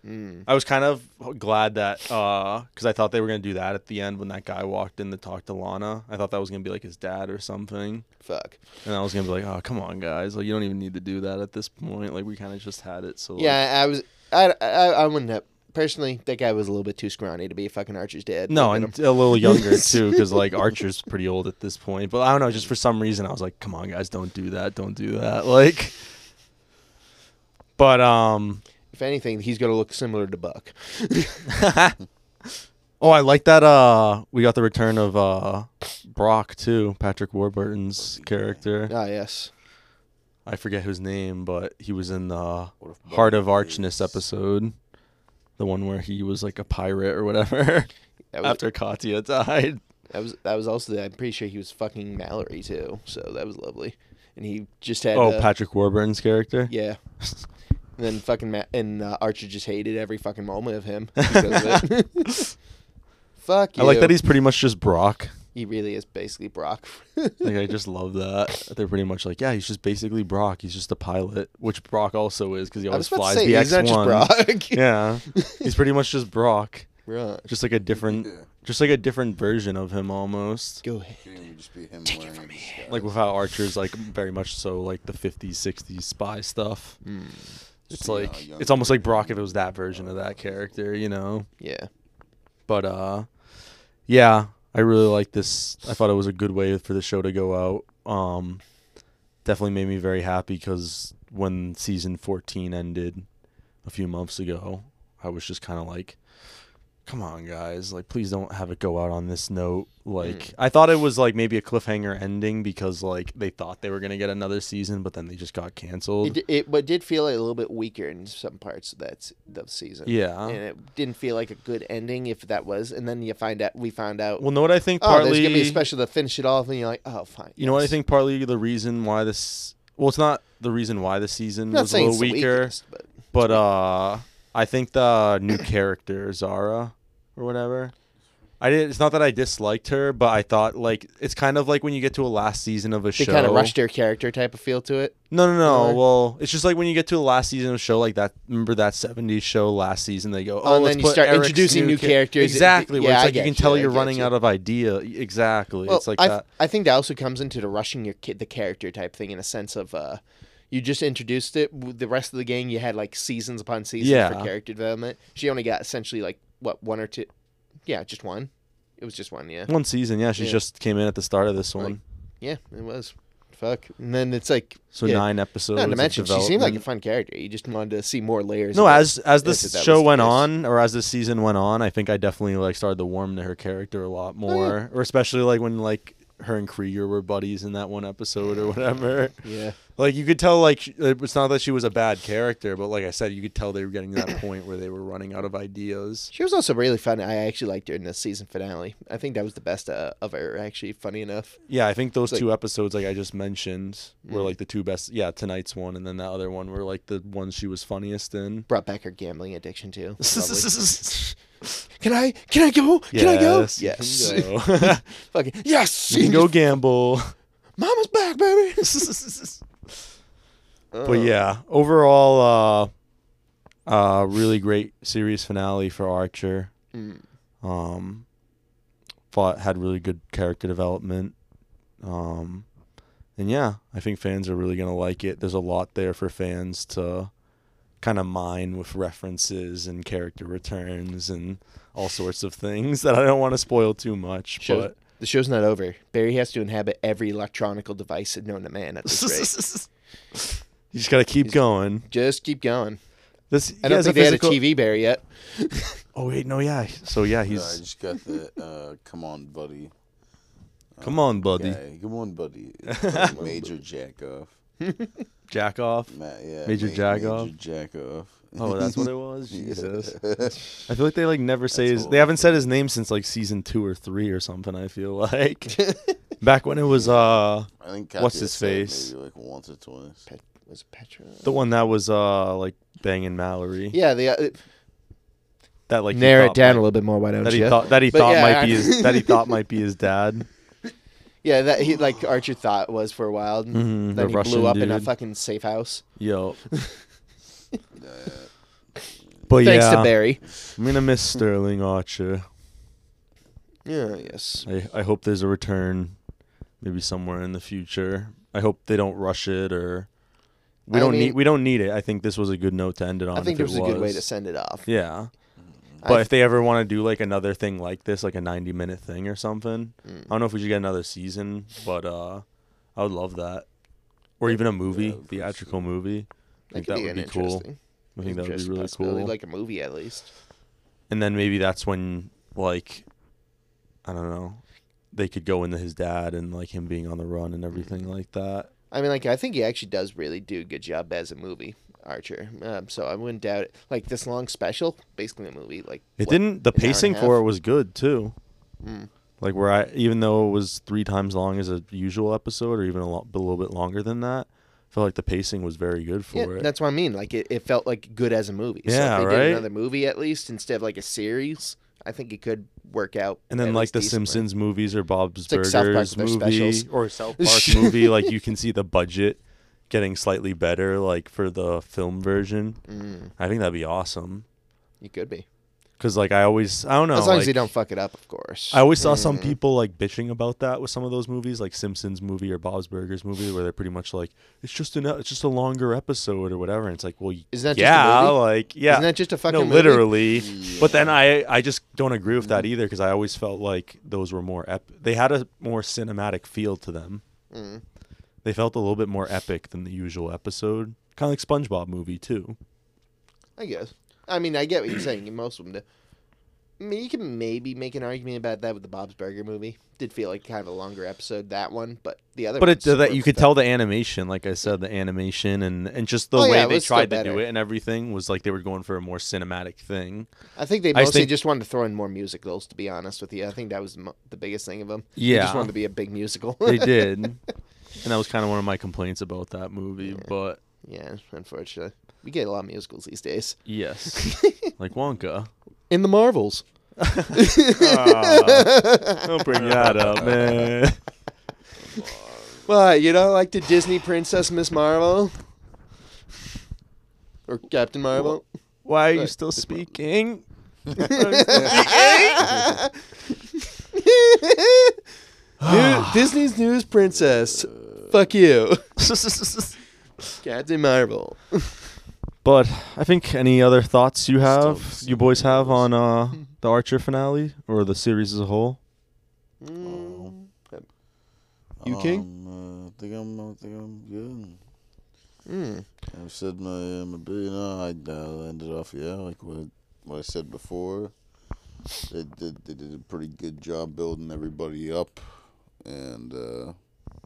[SPEAKER 4] Mm.
[SPEAKER 2] I was kind of glad that because I thought they were gonna do that at the end when that guy walked in to talk to Lana. I thought that was gonna be like his dad or something,
[SPEAKER 4] fuck.
[SPEAKER 2] and I was gonna be like, "Oh, come on, guys! Like you don't even need to do that at this point. Like we kind of just had it." So like,
[SPEAKER 4] Yeah, I was. I I, I wouldn't have personally. That guy was a little bit too scrawny to be a fucking Archer's dad.
[SPEAKER 2] No,
[SPEAKER 4] Look at him.
[SPEAKER 2] and a little younger too, because like Archer's pretty old at this point. But I don't know, just for some reason, I was like, "Come on, guys, don't do that, don't do that." Like, but um,
[SPEAKER 4] if anything, he's gonna look similar to Buck.
[SPEAKER 2] oh, I like that. Uh, we got the return of uh Brock too, Patrick Warburton's character.
[SPEAKER 4] Ah, yes.
[SPEAKER 2] I forget his name, but he was in the
[SPEAKER 3] What if
[SPEAKER 2] Heart of
[SPEAKER 3] Buck is-
[SPEAKER 2] Archness episode, the one where he was like a pirate or whatever
[SPEAKER 4] That was,
[SPEAKER 2] after Katya died.
[SPEAKER 4] That was that was also. I'm pretty sure he was fucking Mallory too. So that was lovely. And he just had.
[SPEAKER 2] Oh,
[SPEAKER 4] uh,
[SPEAKER 2] Patrick Warburton's character.
[SPEAKER 4] Yeah. And then fucking Ma- and uh, Archer just hated every fucking moment of him. Because of it. Fuck you.
[SPEAKER 2] I like that he's pretty much just Brock.
[SPEAKER 4] He really is basically Brock.
[SPEAKER 2] Like I just love that they're pretty much like, yeah, he's just basically Brock. He's just a pilot, which Brock also is because he
[SPEAKER 4] I was
[SPEAKER 2] always
[SPEAKER 4] about
[SPEAKER 2] flies
[SPEAKER 4] to say
[SPEAKER 2] the
[SPEAKER 4] he's not
[SPEAKER 2] X
[SPEAKER 4] just
[SPEAKER 2] one.
[SPEAKER 4] Brock.
[SPEAKER 2] Yeah, he's pretty much just Brock,
[SPEAKER 4] Brock.
[SPEAKER 2] just like a different,
[SPEAKER 3] Yeah.
[SPEAKER 2] just like a different version of him almost.
[SPEAKER 4] Go ahead.
[SPEAKER 3] It would just be him wearing a disguise.
[SPEAKER 2] Like with how Archer's like very much so like the 50s, 60s spy stuff.
[SPEAKER 4] Hmm,
[SPEAKER 2] It's
[SPEAKER 3] See how
[SPEAKER 2] like
[SPEAKER 3] young
[SPEAKER 2] it's almost like Brock if it was that version of that character, you know.
[SPEAKER 4] Yeah.
[SPEAKER 2] But uh yeah, I really like this. I thought it was a good way for the show to go out. Um definitely made me very happy cuz when season 14 ended a few months ago, I was just kind of like come on guys, like please don't have it go out on this note. Like
[SPEAKER 4] Mm.
[SPEAKER 2] I thought it was like maybe a cliffhanger ending because like they thought they were going to get another season but then they just got canceled.
[SPEAKER 4] It, di- it but it did feel like a little bit weaker in some parts of that s- the season.
[SPEAKER 2] Yeah.
[SPEAKER 4] And it didn't feel like a good ending if that was. And then you find out we found out
[SPEAKER 2] well, know what I think
[SPEAKER 4] oh,
[SPEAKER 2] partly
[SPEAKER 4] there's gonna be a special to finish it off, and you're like, oh, fine.
[SPEAKER 2] You know what I
[SPEAKER 4] yes.
[SPEAKER 2] think? Partly the reason why this. Well, it's not the reason why the season
[SPEAKER 4] I'm not
[SPEAKER 2] was a
[SPEAKER 4] saying
[SPEAKER 2] little
[SPEAKER 4] it's the
[SPEAKER 2] weaker,
[SPEAKER 4] weakest, but
[SPEAKER 2] but uh, I think the new character Zara or whatever. I did. It's not that I disliked her, but I thought like it's kind of like when you get to a last season of a
[SPEAKER 4] They
[SPEAKER 2] show.
[SPEAKER 4] kind of rushed their character type of feel to it.
[SPEAKER 2] No, no, no.
[SPEAKER 4] Or-
[SPEAKER 2] Well, it's just like when you get to the last season of a show like that. Remember that '70s show last season? They go, oh,
[SPEAKER 4] and
[SPEAKER 2] let's
[SPEAKER 4] then you
[SPEAKER 2] put
[SPEAKER 4] start
[SPEAKER 2] Eric's
[SPEAKER 4] introducing new
[SPEAKER 2] cha-
[SPEAKER 4] characters.
[SPEAKER 2] Exactly. where
[SPEAKER 4] Yeah,
[SPEAKER 2] it's
[SPEAKER 4] I
[SPEAKER 2] like you
[SPEAKER 4] get
[SPEAKER 2] can
[SPEAKER 4] you,
[SPEAKER 2] tell
[SPEAKER 4] I
[SPEAKER 2] you're
[SPEAKER 4] get
[SPEAKER 2] running
[SPEAKER 4] you.
[SPEAKER 2] out of idea. Exactly.
[SPEAKER 4] Well,
[SPEAKER 2] it's like
[SPEAKER 4] I,
[SPEAKER 2] that.
[SPEAKER 4] I think that also comes into the rushing your kid, the character type thing, in a sense of uh, you just introduced it. With the rest of the gang, you had like seasons upon seasons
[SPEAKER 2] Yeah.
[SPEAKER 4] for character development. She only got essentially like what one or two, yeah, just one. It was just one, yeah,
[SPEAKER 2] One season. Yeah, she
[SPEAKER 4] Yeah.
[SPEAKER 2] just came in at the start of this one.
[SPEAKER 4] yeah, it was. Fuck, and then it's like
[SPEAKER 2] so
[SPEAKER 4] yeah.
[SPEAKER 2] nine episodes.
[SPEAKER 4] Not to
[SPEAKER 2] of
[SPEAKER 4] mention, she seemed like a
[SPEAKER 2] development.
[SPEAKER 4] fun character. You just wanted to see more layers.
[SPEAKER 2] No,
[SPEAKER 4] of it.
[SPEAKER 2] as as
[SPEAKER 4] Yes, if
[SPEAKER 2] this
[SPEAKER 4] that
[SPEAKER 2] show
[SPEAKER 4] was the
[SPEAKER 2] went
[SPEAKER 4] case.
[SPEAKER 2] on, or as this season went on, I think I definitely like started to warm to her character a lot
[SPEAKER 4] Oh,
[SPEAKER 2] more, or especially like when like her and Krieger were buddies in that one episode or whatever.
[SPEAKER 4] yeah,
[SPEAKER 2] Like you could tell, like sh- it's not that she was a bad character, but like I said, you could tell they were getting to that point where they were running out of ideas.
[SPEAKER 4] she was also really funny. I actually liked her in the season finale. I think that was the best uh, of her. Actually, funny enough.
[SPEAKER 2] Yeah, I think those
[SPEAKER 4] Like-
[SPEAKER 2] two episodes, like I just mentioned, were
[SPEAKER 4] Mm.
[SPEAKER 2] like the two best. Yeah, tonight's one and then that other one were like the ones she was funniest in.
[SPEAKER 4] brought back her gambling addiction too. Lovely.
[SPEAKER 2] Can
[SPEAKER 4] can I? Can I go? Can I go?
[SPEAKER 2] Yes.
[SPEAKER 4] Yes.
[SPEAKER 2] you can go.
[SPEAKER 4] Fucking yes.
[SPEAKER 2] You can go gamble.
[SPEAKER 4] Mama's back, baby. Uh.
[SPEAKER 2] But yeah, overall, uh, uh, really great series finale for Archer.
[SPEAKER 4] Mm.
[SPEAKER 2] Um, thought had really good character development. Um, and yeah, I think fans are really gonna like it. There's a lot there for fans to kind of mine with references and character returns and all sorts of things that I don't want to spoil too much.
[SPEAKER 4] Shows, the show's not over. Barry has to inhabit every electronical device known to man
[SPEAKER 2] But
[SPEAKER 4] at this rate.
[SPEAKER 2] you just gotta keep
[SPEAKER 4] He's-
[SPEAKER 2] going.
[SPEAKER 4] Just keep going.
[SPEAKER 2] This
[SPEAKER 4] I
[SPEAKER 2] he
[SPEAKER 4] don't
[SPEAKER 2] has
[SPEAKER 4] think
[SPEAKER 2] a physical-
[SPEAKER 4] they had a TV Barry yet.
[SPEAKER 2] Oh wait, no, yeah. So yeah,
[SPEAKER 3] No,
[SPEAKER 2] he's
[SPEAKER 3] I just got the uh, come on, buddy.
[SPEAKER 2] come on, buddy,
[SPEAKER 3] Guy. Come on, buddy. It's like Major Jackoff.
[SPEAKER 2] jack off.
[SPEAKER 3] Ma- yeah,
[SPEAKER 2] Major
[SPEAKER 3] Major Jackoff.
[SPEAKER 2] Oh, that's what it was. Jesus,
[SPEAKER 3] Jesus.
[SPEAKER 2] I feel like they like never say
[SPEAKER 3] That's
[SPEAKER 2] his.
[SPEAKER 3] what
[SPEAKER 2] They
[SPEAKER 3] it
[SPEAKER 2] haven't said his name since like season two or three or something. I feel like back when it was uh
[SPEAKER 3] I think
[SPEAKER 2] What's
[SPEAKER 3] Katya
[SPEAKER 2] his
[SPEAKER 3] said it
[SPEAKER 2] face?
[SPEAKER 3] Maybe like once or twice.
[SPEAKER 4] Pet- was it Petra?
[SPEAKER 2] the one that was uh like banging Mallory.
[SPEAKER 4] yeah, they uh,
[SPEAKER 2] That like he
[SPEAKER 4] narrow it
[SPEAKER 2] thought
[SPEAKER 4] down
[SPEAKER 2] might-
[SPEAKER 4] a little bit more. Why don't
[SPEAKER 2] That he
[SPEAKER 4] you?
[SPEAKER 2] thought that he
[SPEAKER 4] But
[SPEAKER 2] thought
[SPEAKER 4] yeah,
[SPEAKER 2] might
[SPEAKER 4] I-
[SPEAKER 2] be his that he thought might be his dad.
[SPEAKER 4] yeah, that he like Archer thought was for a while. and
[SPEAKER 2] Mhm, the
[SPEAKER 4] then he
[SPEAKER 2] Russian
[SPEAKER 4] blew up in a
[SPEAKER 2] dude.
[SPEAKER 4] fucking safe house.
[SPEAKER 2] Yo. But
[SPEAKER 4] Thanks
[SPEAKER 2] yeah,
[SPEAKER 4] to Barry.
[SPEAKER 2] I'm gonna miss Sterling Archer.
[SPEAKER 4] Yeah. Yes.
[SPEAKER 2] I, I hope there's a return maybe somewhere in the future. I hope they don't rush it or we
[SPEAKER 4] I
[SPEAKER 2] don't need
[SPEAKER 4] mean-
[SPEAKER 2] we don't need it. I think this was a good note to end it on.
[SPEAKER 4] I
[SPEAKER 2] if
[SPEAKER 4] think it was, a good way to send it off.
[SPEAKER 2] Yeah.
[SPEAKER 4] I
[SPEAKER 2] But if they ever want to do like another thing like this, like a 90 minute thing or something,
[SPEAKER 4] Mm.
[SPEAKER 2] I don't know if we should get another season, but uh I would love that. Or even a movie,
[SPEAKER 3] Yeah, of course.
[SPEAKER 2] theatrical movie. I think
[SPEAKER 4] could
[SPEAKER 2] that
[SPEAKER 4] be
[SPEAKER 2] would
[SPEAKER 4] an
[SPEAKER 2] be cool.
[SPEAKER 4] interesting-
[SPEAKER 2] I think that would be
[SPEAKER 4] interesting
[SPEAKER 2] really
[SPEAKER 4] possibility,
[SPEAKER 2] cool.
[SPEAKER 4] Like a movie, at least.
[SPEAKER 2] and then maybe that's when like I don't know. They could go into his dad and like him being on the run and
[SPEAKER 4] Mm.
[SPEAKER 2] everything like that.
[SPEAKER 4] I mean, like I think he actually does really do a good job as a movie, Archer. Um, so I wouldn't doubt it. Like this long special, basically a movie. Like
[SPEAKER 2] It
[SPEAKER 4] what,
[SPEAKER 2] didn't. The
[SPEAKER 4] an hour and a
[SPEAKER 2] pacing for
[SPEAKER 4] half?
[SPEAKER 2] it was good too.
[SPEAKER 4] Mm.
[SPEAKER 2] Like where I, even though it was three times long as a usual episode, or even a, lo- a little bit longer than that, I felt like the pacing was very good for
[SPEAKER 4] Yeah,
[SPEAKER 2] it.
[SPEAKER 4] that's what I mean. Like it, it felt like good as a movie. So
[SPEAKER 2] Yeah,
[SPEAKER 4] if they
[SPEAKER 2] right?
[SPEAKER 4] Did another movie at least instead of like a series. I think it could work out.
[SPEAKER 2] and then
[SPEAKER 4] at
[SPEAKER 2] like
[SPEAKER 4] least
[SPEAKER 2] the
[SPEAKER 4] decently.
[SPEAKER 2] Simpsons movies or Bob's
[SPEAKER 4] like
[SPEAKER 2] Burgers
[SPEAKER 4] South Park with their
[SPEAKER 2] movie
[SPEAKER 4] specials.
[SPEAKER 2] or South Park movie, like you can see the budget getting slightly better, like for the film version.
[SPEAKER 4] Mm,
[SPEAKER 2] I think that'd be awesome.
[SPEAKER 4] you could be
[SPEAKER 2] Cause like I always, I don't know.
[SPEAKER 4] as long as
[SPEAKER 2] like,
[SPEAKER 4] you don't fuck it up, of course.
[SPEAKER 2] I always saw some
[SPEAKER 4] Mm.
[SPEAKER 2] people like bitching about that with some of those movies, like Simpsons movie or Bob's Burgers movie, where they're pretty much like it's just an it's just a longer episode or whatever. And it's like, well, y-
[SPEAKER 4] Isn't that
[SPEAKER 2] yeah,
[SPEAKER 4] just a movie?
[SPEAKER 2] like yeah,
[SPEAKER 4] Isn't that just a fucking
[SPEAKER 2] no,
[SPEAKER 4] movie? Mm.
[SPEAKER 2] literally. But then I I just don't agree with that either because I always felt like those were more ep- they had a more cinematic feel to them.
[SPEAKER 4] Mm.
[SPEAKER 2] They felt a little bit more epic than the usual episode, kind of like SpongeBob movie too.
[SPEAKER 4] I guess. I mean, I get what you're saying. Most of them do. I mean, you can maybe make an argument about that with the Bob's Burger movie. Did feel like kind of a longer episode that one, but the other.
[SPEAKER 2] But it, that
[SPEAKER 4] ones were
[SPEAKER 2] you could
[SPEAKER 4] better.
[SPEAKER 2] tell the animation, like I said, the animation and and just the
[SPEAKER 4] Oh, yeah,
[SPEAKER 2] way
[SPEAKER 4] it
[SPEAKER 2] they
[SPEAKER 4] was still
[SPEAKER 2] tried to do
[SPEAKER 4] better.
[SPEAKER 2] it and everything was like they were going for a more cinematic thing.
[SPEAKER 4] I think they
[SPEAKER 2] I just
[SPEAKER 4] mostly
[SPEAKER 2] think-
[SPEAKER 4] just wanted to throw in more musicals. To be honest with you, I think that was mo- the biggest thing of them. they
[SPEAKER 2] Yeah.
[SPEAKER 4] just wanted to be a big musical.
[SPEAKER 2] They did, and that was kind of one of my complaints about that movie. But
[SPEAKER 4] yeah, unfortunately, we get a lot of musicals these days.
[SPEAKER 2] yes, like Wonka
[SPEAKER 4] In the Marvels,
[SPEAKER 2] Aw, Ah, don't bring that up, man.
[SPEAKER 4] What, you don't like the Disney princess Miss Marvel? Or Captain Marvel?
[SPEAKER 2] Why are
[SPEAKER 4] Right,
[SPEAKER 2] you still speaking?
[SPEAKER 4] New-
[SPEAKER 2] Ah.
[SPEAKER 4] Disney's news princess. Fuck you. Captain Marvel.
[SPEAKER 2] But I think any other thoughts you have,
[SPEAKER 3] Still-
[SPEAKER 2] you boys have on uh, the Archer finale or the series as a whole? Oh.
[SPEAKER 4] Mm. You king?
[SPEAKER 3] Um, uh, I think I'm. I think I'm good.
[SPEAKER 4] Mm.
[SPEAKER 3] I've said my um, a bit, you know, I uh, ended off yeah, like what what I said before. They did they did a pretty good job building everybody up, and uh,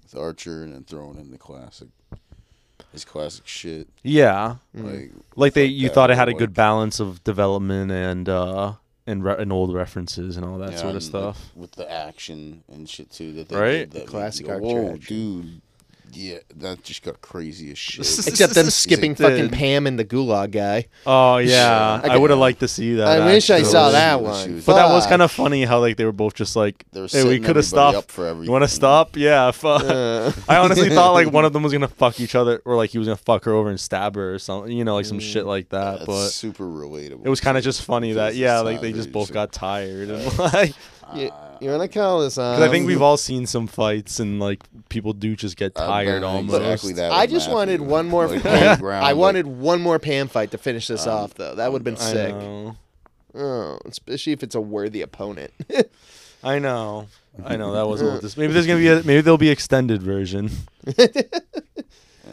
[SPEAKER 3] with Archer and then throwing in the classic, his classic shit.
[SPEAKER 2] Yeah,
[SPEAKER 3] Like
[SPEAKER 2] like they,
[SPEAKER 3] Fuck
[SPEAKER 2] you
[SPEAKER 3] that,
[SPEAKER 2] thought it
[SPEAKER 3] I
[SPEAKER 2] had a
[SPEAKER 3] like-
[SPEAKER 2] good balance of development and uh, and re- and old references and all that
[SPEAKER 3] yeah,
[SPEAKER 2] sort of
[SPEAKER 3] and, like,
[SPEAKER 2] stuff.
[SPEAKER 3] with the action and shit too. That they
[SPEAKER 2] Right?
[SPEAKER 3] did
[SPEAKER 2] The
[SPEAKER 3] that made you
[SPEAKER 4] classic
[SPEAKER 3] go,
[SPEAKER 4] Archer
[SPEAKER 3] Whoa,
[SPEAKER 4] action."
[SPEAKER 3] dude. Yeah, that just got crazy as shit.
[SPEAKER 4] Except them skipping fucking
[SPEAKER 2] Dude.
[SPEAKER 4] Pam and the Gulag guy.
[SPEAKER 2] Oh yeah,
[SPEAKER 4] I
[SPEAKER 2] I would have
[SPEAKER 3] can-
[SPEAKER 2] liked to see that.
[SPEAKER 4] I wish I
[SPEAKER 2] actually.
[SPEAKER 4] saw
[SPEAKER 3] was-
[SPEAKER 4] that
[SPEAKER 3] she
[SPEAKER 4] one.
[SPEAKER 3] was-
[SPEAKER 2] But that was
[SPEAKER 4] Fuck.
[SPEAKER 2] kind of funny how like they were both just like,
[SPEAKER 3] They were
[SPEAKER 2] hey, we
[SPEAKER 3] setting
[SPEAKER 2] could have
[SPEAKER 3] everybody up
[SPEAKER 2] stopped.
[SPEAKER 3] for
[SPEAKER 2] You want to
[SPEAKER 3] everything.
[SPEAKER 2] stop? Yeah, fuck.
[SPEAKER 4] Uh.
[SPEAKER 2] I honestly thought like one of them was gonna fuck each other, or like he was gonna fuck her over and stab her or something. You know, like some shit like that.
[SPEAKER 3] That's
[SPEAKER 2] Uh, but
[SPEAKER 3] super relatable.
[SPEAKER 2] it was kind of just funny that yeah,
[SPEAKER 3] It's
[SPEAKER 2] like they
[SPEAKER 3] not
[SPEAKER 2] just
[SPEAKER 3] really
[SPEAKER 2] both
[SPEAKER 3] so-
[SPEAKER 2] got tired and like.
[SPEAKER 3] Uh,
[SPEAKER 4] You, you want to call this on?
[SPEAKER 2] Because
[SPEAKER 3] Um,
[SPEAKER 2] I think we've all seen some fights and like people do just get
[SPEAKER 3] I'm
[SPEAKER 2] tired
[SPEAKER 3] not
[SPEAKER 2] almost.
[SPEAKER 3] Uh, Exactly that.
[SPEAKER 4] I
[SPEAKER 3] with
[SPEAKER 4] just
[SPEAKER 3] Matthew.
[SPEAKER 4] wanted one more.
[SPEAKER 3] Like, on the
[SPEAKER 4] Pam-
[SPEAKER 3] ground,
[SPEAKER 4] I
[SPEAKER 3] like,
[SPEAKER 4] wanted one more Pam fight to finish this off, though. That would have been
[SPEAKER 2] um, I
[SPEAKER 4] sick.
[SPEAKER 2] know.
[SPEAKER 4] Oh, especially if it's a worthy opponent.
[SPEAKER 2] I know. I know that was a little dis- maybe there's gonna be a, maybe there'll be extended version.
[SPEAKER 3] uh,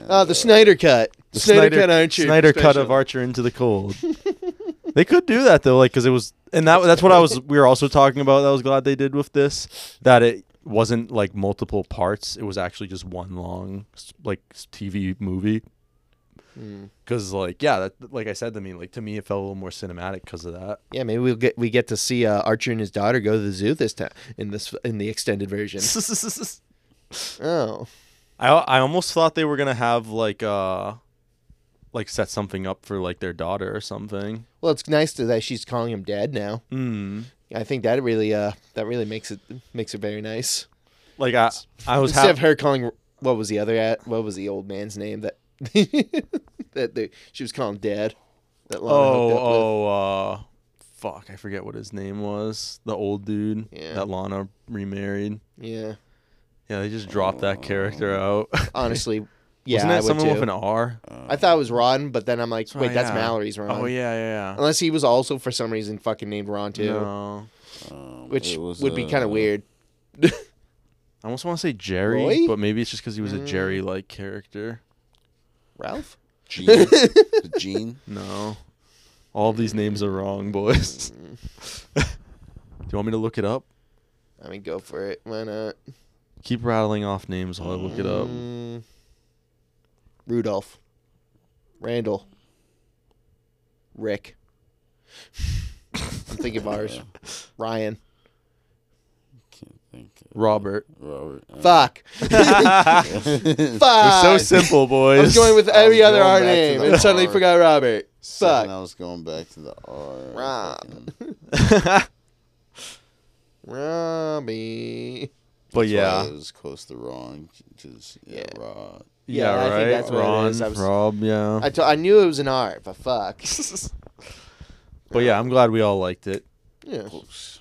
[SPEAKER 4] oh, the Snyder cut.
[SPEAKER 2] The
[SPEAKER 4] Snyder, cut, aren't you?
[SPEAKER 2] Snyder cut of
[SPEAKER 4] special?
[SPEAKER 2] Archer into the cold. they could do that though, like because it was, and that that's what I was. We were also talking about. That I was glad they did with this that it wasn't like multiple parts. It was actually just one long s- like s- TV movie.
[SPEAKER 4] Hmm.
[SPEAKER 2] Because like yeah, that, like I said to me, like to me it felt a little more cinematic because of that.
[SPEAKER 4] Yeah, maybe we'll get we get to see uh, Archer and his daughter go to the zoo this time in this in the extended version. oh,
[SPEAKER 2] I I almost thought they were gonna have like uh like set something up for like their daughter or something.
[SPEAKER 4] well, it's nice to, that she's calling him dad now.
[SPEAKER 2] Hmm.
[SPEAKER 4] I think that really uh that really makes it makes it very nice.
[SPEAKER 2] Like I I was
[SPEAKER 4] Instead
[SPEAKER 2] half
[SPEAKER 4] of her calling, what was the other at? What was the old man's name that that they, she was calling dad? That Lana
[SPEAKER 2] Oh,
[SPEAKER 4] hooked up with?
[SPEAKER 2] oh, uh, fuck! I forget what his name was. The old dude
[SPEAKER 4] Yeah.
[SPEAKER 2] that Lana remarried.
[SPEAKER 4] yeah.
[SPEAKER 2] Yeah, they just dropped that character out.
[SPEAKER 4] Honestly, Oh. yeah,
[SPEAKER 2] Wasn't
[SPEAKER 4] I
[SPEAKER 2] it
[SPEAKER 4] would
[SPEAKER 2] someone
[SPEAKER 4] too.
[SPEAKER 2] with an R?
[SPEAKER 3] uh,
[SPEAKER 4] I thought it was Ron, but then I'm like,
[SPEAKER 2] Oh,
[SPEAKER 4] wait, that's
[SPEAKER 2] yeah.
[SPEAKER 4] Mallory's Ron.
[SPEAKER 2] Oh yeah, yeah, yeah.
[SPEAKER 4] Unless he was also for some reason fucking named Ron too,
[SPEAKER 2] No,
[SPEAKER 3] Um,
[SPEAKER 4] which
[SPEAKER 3] it was,
[SPEAKER 4] would be
[SPEAKER 3] uh,
[SPEAKER 4] kind of weird.
[SPEAKER 2] I almost want to say Jerry,
[SPEAKER 4] Roy? Mm.
[SPEAKER 2] but maybe it's just because he was a Jerry-like character.
[SPEAKER 4] Ralph.
[SPEAKER 3] Gene. The Gene.
[SPEAKER 2] No, all these
[SPEAKER 4] Mm.
[SPEAKER 2] names are wrong, boys. Do you want me to look it up?
[SPEAKER 4] I mean, go for it. Why not?
[SPEAKER 2] Keep rattling off names while I look it up.
[SPEAKER 4] Mm. Rudolph. Randall. Rick. I'm thinking of ours. Ryan.
[SPEAKER 3] Can't think. of
[SPEAKER 2] Robert.
[SPEAKER 3] Robert. uh,
[SPEAKER 4] Fuck. Fuck.
[SPEAKER 2] We're so simple, boys.
[SPEAKER 4] I was going with
[SPEAKER 3] I was
[SPEAKER 4] every other
[SPEAKER 3] going
[SPEAKER 4] R
[SPEAKER 3] back to
[SPEAKER 4] name
[SPEAKER 3] the
[SPEAKER 4] and suddenly
[SPEAKER 3] R.
[SPEAKER 4] forgot Robert.
[SPEAKER 3] Second, I
[SPEAKER 4] Fuck.
[SPEAKER 3] was going back to the R.
[SPEAKER 4] Rob.
[SPEAKER 3] fucking-
[SPEAKER 2] but
[SPEAKER 4] Robbie.
[SPEAKER 3] that's why
[SPEAKER 2] yeah.
[SPEAKER 3] it was close to wrong. Just yeah,
[SPEAKER 4] Yeah.
[SPEAKER 3] Rob.
[SPEAKER 4] Yeah, I think that's what it is. I was-
[SPEAKER 2] Rob, yeah.
[SPEAKER 4] I, t- I knew it was an R, but fuck.
[SPEAKER 2] but yeah, I'm glad we all liked it.
[SPEAKER 4] yeah.
[SPEAKER 3] Close.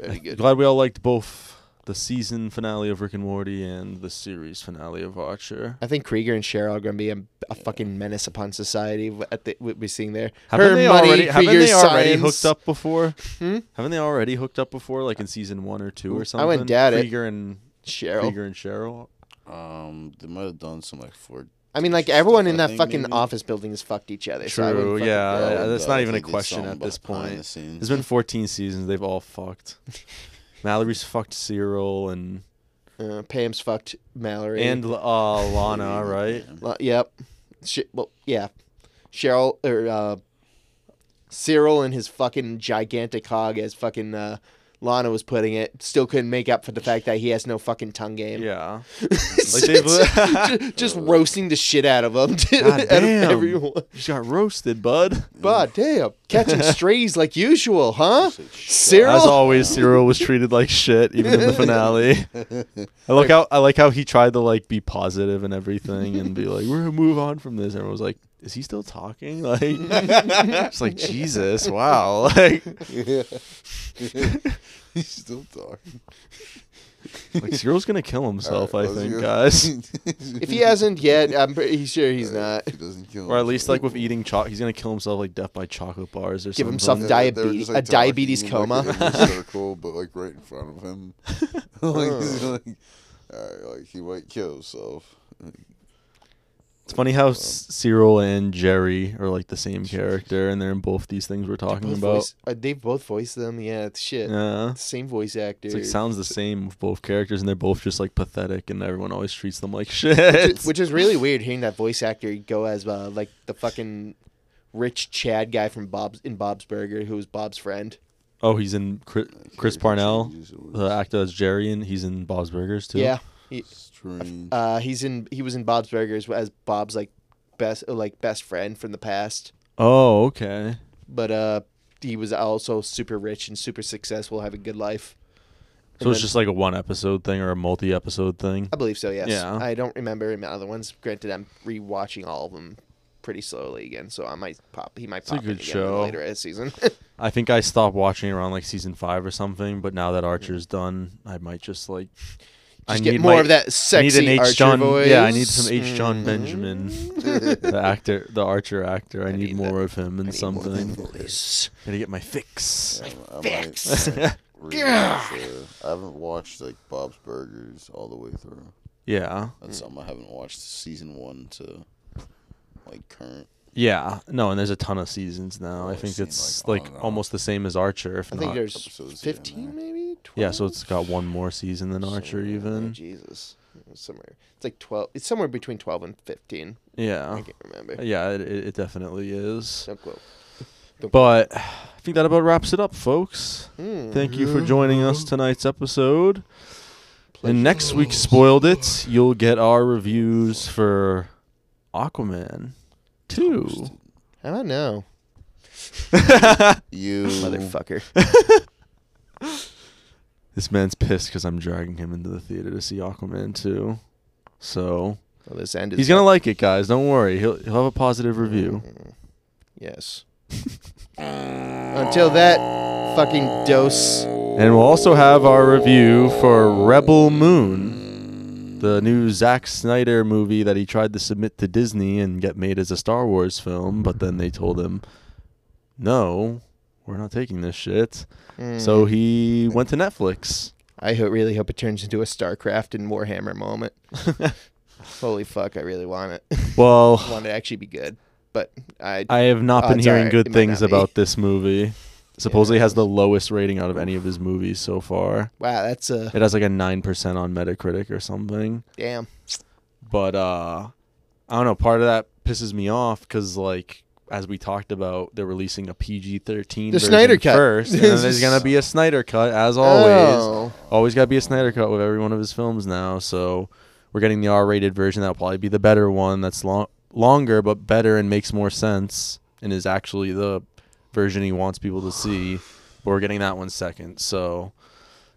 [SPEAKER 4] Very good.
[SPEAKER 2] Glad we all liked both the season finale of Rick and Morty and the series finale of Archer.
[SPEAKER 4] I think Krieger and Cheryl are going to be a, a fucking menace upon society. w- At the, what we're seeing there,
[SPEAKER 2] Haven't
[SPEAKER 4] Her
[SPEAKER 2] they
[SPEAKER 4] money,
[SPEAKER 2] already, haven't
[SPEAKER 4] Krieger's
[SPEAKER 2] they already
[SPEAKER 4] science.
[SPEAKER 2] hooked up before?
[SPEAKER 4] Hmm?
[SPEAKER 2] Haven't they already hooked up before, like in season one or two or
[SPEAKER 4] I
[SPEAKER 2] something?
[SPEAKER 4] went dad it.
[SPEAKER 2] Krieger and
[SPEAKER 4] Cheryl.
[SPEAKER 2] Krieger and Cheryl.
[SPEAKER 3] Um, they might have done some like Ford.
[SPEAKER 4] I mean, like
[SPEAKER 3] Stuff,
[SPEAKER 4] everyone
[SPEAKER 3] I
[SPEAKER 4] in that
[SPEAKER 3] think,
[SPEAKER 4] fucking
[SPEAKER 3] maybe.
[SPEAKER 4] office building has fucked each other. so I
[SPEAKER 2] True,
[SPEAKER 4] wouldn't fucking-
[SPEAKER 2] yeah. Uh,
[SPEAKER 3] I
[SPEAKER 2] that's
[SPEAKER 3] would've
[SPEAKER 2] not
[SPEAKER 3] thought
[SPEAKER 2] even
[SPEAKER 3] they
[SPEAKER 2] a
[SPEAKER 3] did
[SPEAKER 2] question
[SPEAKER 3] something
[SPEAKER 2] at this
[SPEAKER 3] behind
[SPEAKER 2] point.
[SPEAKER 3] the scenes.
[SPEAKER 2] There's been 14 seasons. They've all fucked. Mallory's fucked Cyril and
[SPEAKER 4] Uh, Pam's fucked Mallory.
[SPEAKER 2] and uh, Lana, right?
[SPEAKER 4] Well, yep. Sh- well, yeah. Cheryl or uh, Cyril and his fucking gigantic hog as fucking uh, Lana was putting it, still couldn't make up for the fact that he has no fucking tongue game.
[SPEAKER 2] Yeah.
[SPEAKER 4] like
[SPEAKER 2] they've-
[SPEAKER 4] just, just roasting the shit out of him, dude,
[SPEAKER 2] God
[SPEAKER 4] out of
[SPEAKER 2] damn.
[SPEAKER 4] everyone.
[SPEAKER 2] She got roasted, bud.
[SPEAKER 4] God damn, catching strays like usual, huh?
[SPEAKER 3] Said, "Shut
[SPEAKER 4] Cyril,
[SPEAKER 2] As always, Cyril was treated like shit, even in the finale. I like how I like how he tried to like be positive and everything, and be like, "We're gonna move on from this." Everyone was like, "Is he still talking?" Like, it's like Jesus, wow. Like,
[SPEAKER 3] Yeah. He's still talking.
[SPEAKER 2] like Cyril's gonna kill himself.
[SPEAKER 3] All right,
[SPEAKER 2] I
[SPEAKER 3] let's
[SPEAKER 2] think,
[SPEAKER 3] go.
[SPEAKER 2] guys.
[SPEAKER 4] if he hasn't yet, I'm pretty sure he's not.
[SPEAKER 3] He doesn't kill
[SPEAKER 2] Or at least like
[SPEAKER 3] himself.
[SPEAKER 2] with eating chocolate, he's gonna kill himself like death by chocolate bars or
[SPEAKER 4] Give him
[SPEAKER 2] something.
[SPEAKER 4] some
[SPEAKER 3] Yeah, they- they were
[SPEAKER 4] diabetes-
[SPEAKER 3] just,
[SPEAKER 4] a diabetes
[SPEAKER 3] talking in, like,
[SPEAKER 4] coma.
[SPEAKER 3] in a circle, but like right in front of him. like, he's like, all right, like he might kill himself.
[SPEAKER 2] It's funny how S- Cyril and Jerry are like the same character, and they're in both these things we're talking
[SPEAKER 4] Both
[SPEAKER 2] about.
[SPEAKER 4] voice- uh, they both voiced them. Yeah, it's shit.
[SPEAKER 2] Yeah.
[SPEAKER 4] Same voice actor.
[SPEAKER 2] It's like sounds the same with both characters, and they're both just like pathetic, and everyone always treats them like
[SPEAKER 4] which,
[SPEAKER 2] shit.
[SPEAKER 4] which is really weird hearing that voice actor go as uh, like the fucking rich Chad guy from Bob's in Bob's Burger, who was Bob's friend.
[SPEAKER 2] oh, he's in Chris, Chris
[SPEAKER 3] Character
[SPEAKER 2] Parnell,
[SPEAKER 3] changes or
[SPEAKER 2] the actor that's Jerry, and he's in Bob's Burgers too.
[SPEAKER 4] Yeah, he,
[SPEAKER 3] Strange.
[SPEAKER 4] uh, he's in he was in Bob's Burgers as Bob's like best like best friend from the past,
[SPEAKER 2] Oh, okay.
[SPEAKER 4] but uh, he was also super rich and super successful, having a good life.
[SPEAKER 2] So it's just like a one episode thing or a multi episode thing.
[SPEAKER 4] I believe so. Yes.
[SPEAKER 2] Yeah.
[SPEAKER 4] I don't remember him in other ones. Granted, I'm rewatching all of them pretty slowly again, so I might pop. He might
[SPEAKER 2] a
[SPEAKER 4] pop in
[SPEAKER 2] good
[SPEAKER 4] again
[SPEAKER 2] show.
[SPEAKER 4] later as season.
[SPEAKER 2] I think I stopped watching around like season five or something, but now that Archer's done, I might just like. I
[SPEAKER 4] Just get
[SPEAKER 2] need
[SPEAKER 4] more
[SPEAKER 2] my-
[SPEAKER 4] of that
[SPEAKER 2] I need
[SPEAKER 4] sexy
[SPEAKER 2] an H.
[SPEAKER 4] Archer
[SPEAKER 2] John,
[SPEAKER 4] voice.
[SPEAKER 2] Yeah, I need some H. John
[SPEAKER 4] Mm.
[SPEAKER 2] Benjamin, the actor, the Archer actor. I, need,
[SPEAKER 4] need
[SPEAKER 2] more
[SPEAKER 4] that-
[SPEAKER 2] of him and something. Gotta get my fix.
[SPEAKER 3] Yeah, I might- I might
[SPEAKER 4] fix.
[SPEAKER 3] rewatch, uh, I haven't watched like Bob's Burgers all the way through.
[SPEAKER 2] Yeah.
[SPEAKER 3] That's something I haven't watched season one to like current.
[SPEAKER 2] Yeah. No, and there's a ton of seasons now.
[SPEAKER 3] Oh,
[SPEAKER 2] I
[SPEAKER 3] it
[SPEAKER 2] think
[SPEAKER 3] seems
[SPEAKER 2] it's
[SPEAKER 3] like on
[SPEAKER 2] like,
[SPEAKER 3] and off.
[SPEAKER 2] almost the same as Archer, if
[SPEAKER 4] I
[SPEAKER 2] not.
[SPEAKER 4] think there's
[SPEAKER 3] episodes here and
[SPEAKER 4] 15,
[SPEAKER 3] there.
[SPEAKER 4] maybe. 12?
[SPEAKER 2] yeah, so it's got one more season than Archer,
[SPEAKER 4] Somewhere- Oh,
[SPEAKER 2] even.
[SPEAKER 4] Jesus, somewhere. It's like 12. It's somewhere between 12 and 15. I
[SPEAKER 2] Yeah.
[SPEAKER 4] can't remember.
[SPEAKER 2] Yeah, it, it it definitely is.
[SPEAKER 4] Don't quote.
[SPEAKER 2] But I think that about wraps it up, folks.
[SPEAKER 4] Hmm.
[SPEAKER 2] Thank you for joining us tonight's episode. And next week, spoiled it. You'll get our reviews for Aquaman two.
[SPEAKER 4] I don't know,
[SPEAKER 3] You
[SPEAKER 4] motherfucker.
[SPEAKER 2] This man's pissed because I'm dragging him into the theater to see Aquaman two. So
[SPEAKER 4] Well, this end is.
[SPEAKER 2] He's gonna like it, guys. Don't worry. He'll he'll have a positive review.
[SPEAKER 4] Yes. Until that fucking dose.
[SPEAKER 2] And we'll also have our review for Rebel Moon, the new Zack Snyder movie that he tried to submit to Disney and get made as a Star Wars film, but then they told him, "No, we're not taking this shit."
[SPEAKER 4] Mm.
[SPEAKER 2] So he went to Netflix.
[SPEAKER 4] Hmm. I ho- really hope it turns into a StarCraft and Warhammer moment. Holy fuck, I really want it.
[SPEAKER 2] Well,
[SPEAKER 4] want it to actually be good, but I.
[SPEAKER 2] I have not been
[SPEAKER 4] Odds
[SPEAKER 2] hearing
[SPEAKER 4] are
[SPEAKER 2] good
[SPEAKER 4] it might
[SPEAKER 2] things
[SPEAKER 4] not be.
[SPEAKER 2] about this movie. Supposedly has the lowest rating out of any of his movies so far.
[SPEAKER 4] wow, that's a
[SPEAKER 2] It has like a 9% on Metacritic or something.
[SPEAKER 4] damn.
[SPEAKER 2] but uh i don't know part of that pisses me off because like as we talked about they're releasing a pg-13
[SPEAKER 4] The
[SPEAKER 2] version
[SPEAKER 4] Snyder Cut.
[SPEAKER 2] first and then there's gonna be a snyder cut as always
[SPEAKER 4] Oh.
[SPEAKER 2] always gotta be a snyder cut with every one of his films now so we're getting the r-rated version that'll probably be the better one that's long longer but better and makes more sense and is actually the version he wants people to see but we're getting that one second so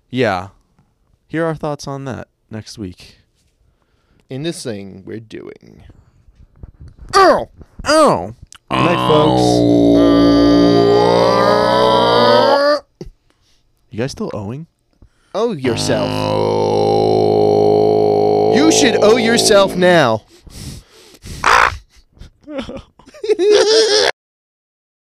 [SPEAKER 2] yeah here are our thoughts on that next week
[SPEAKER 4] In this thing we're doing. Oh,
[SPEAKER 2] oh night folks You guys still owing?
[SPEAKER 4] owe yourself.
[SPEAKER 2] Oh.
[SPEAKER 4] You should owe yourself now.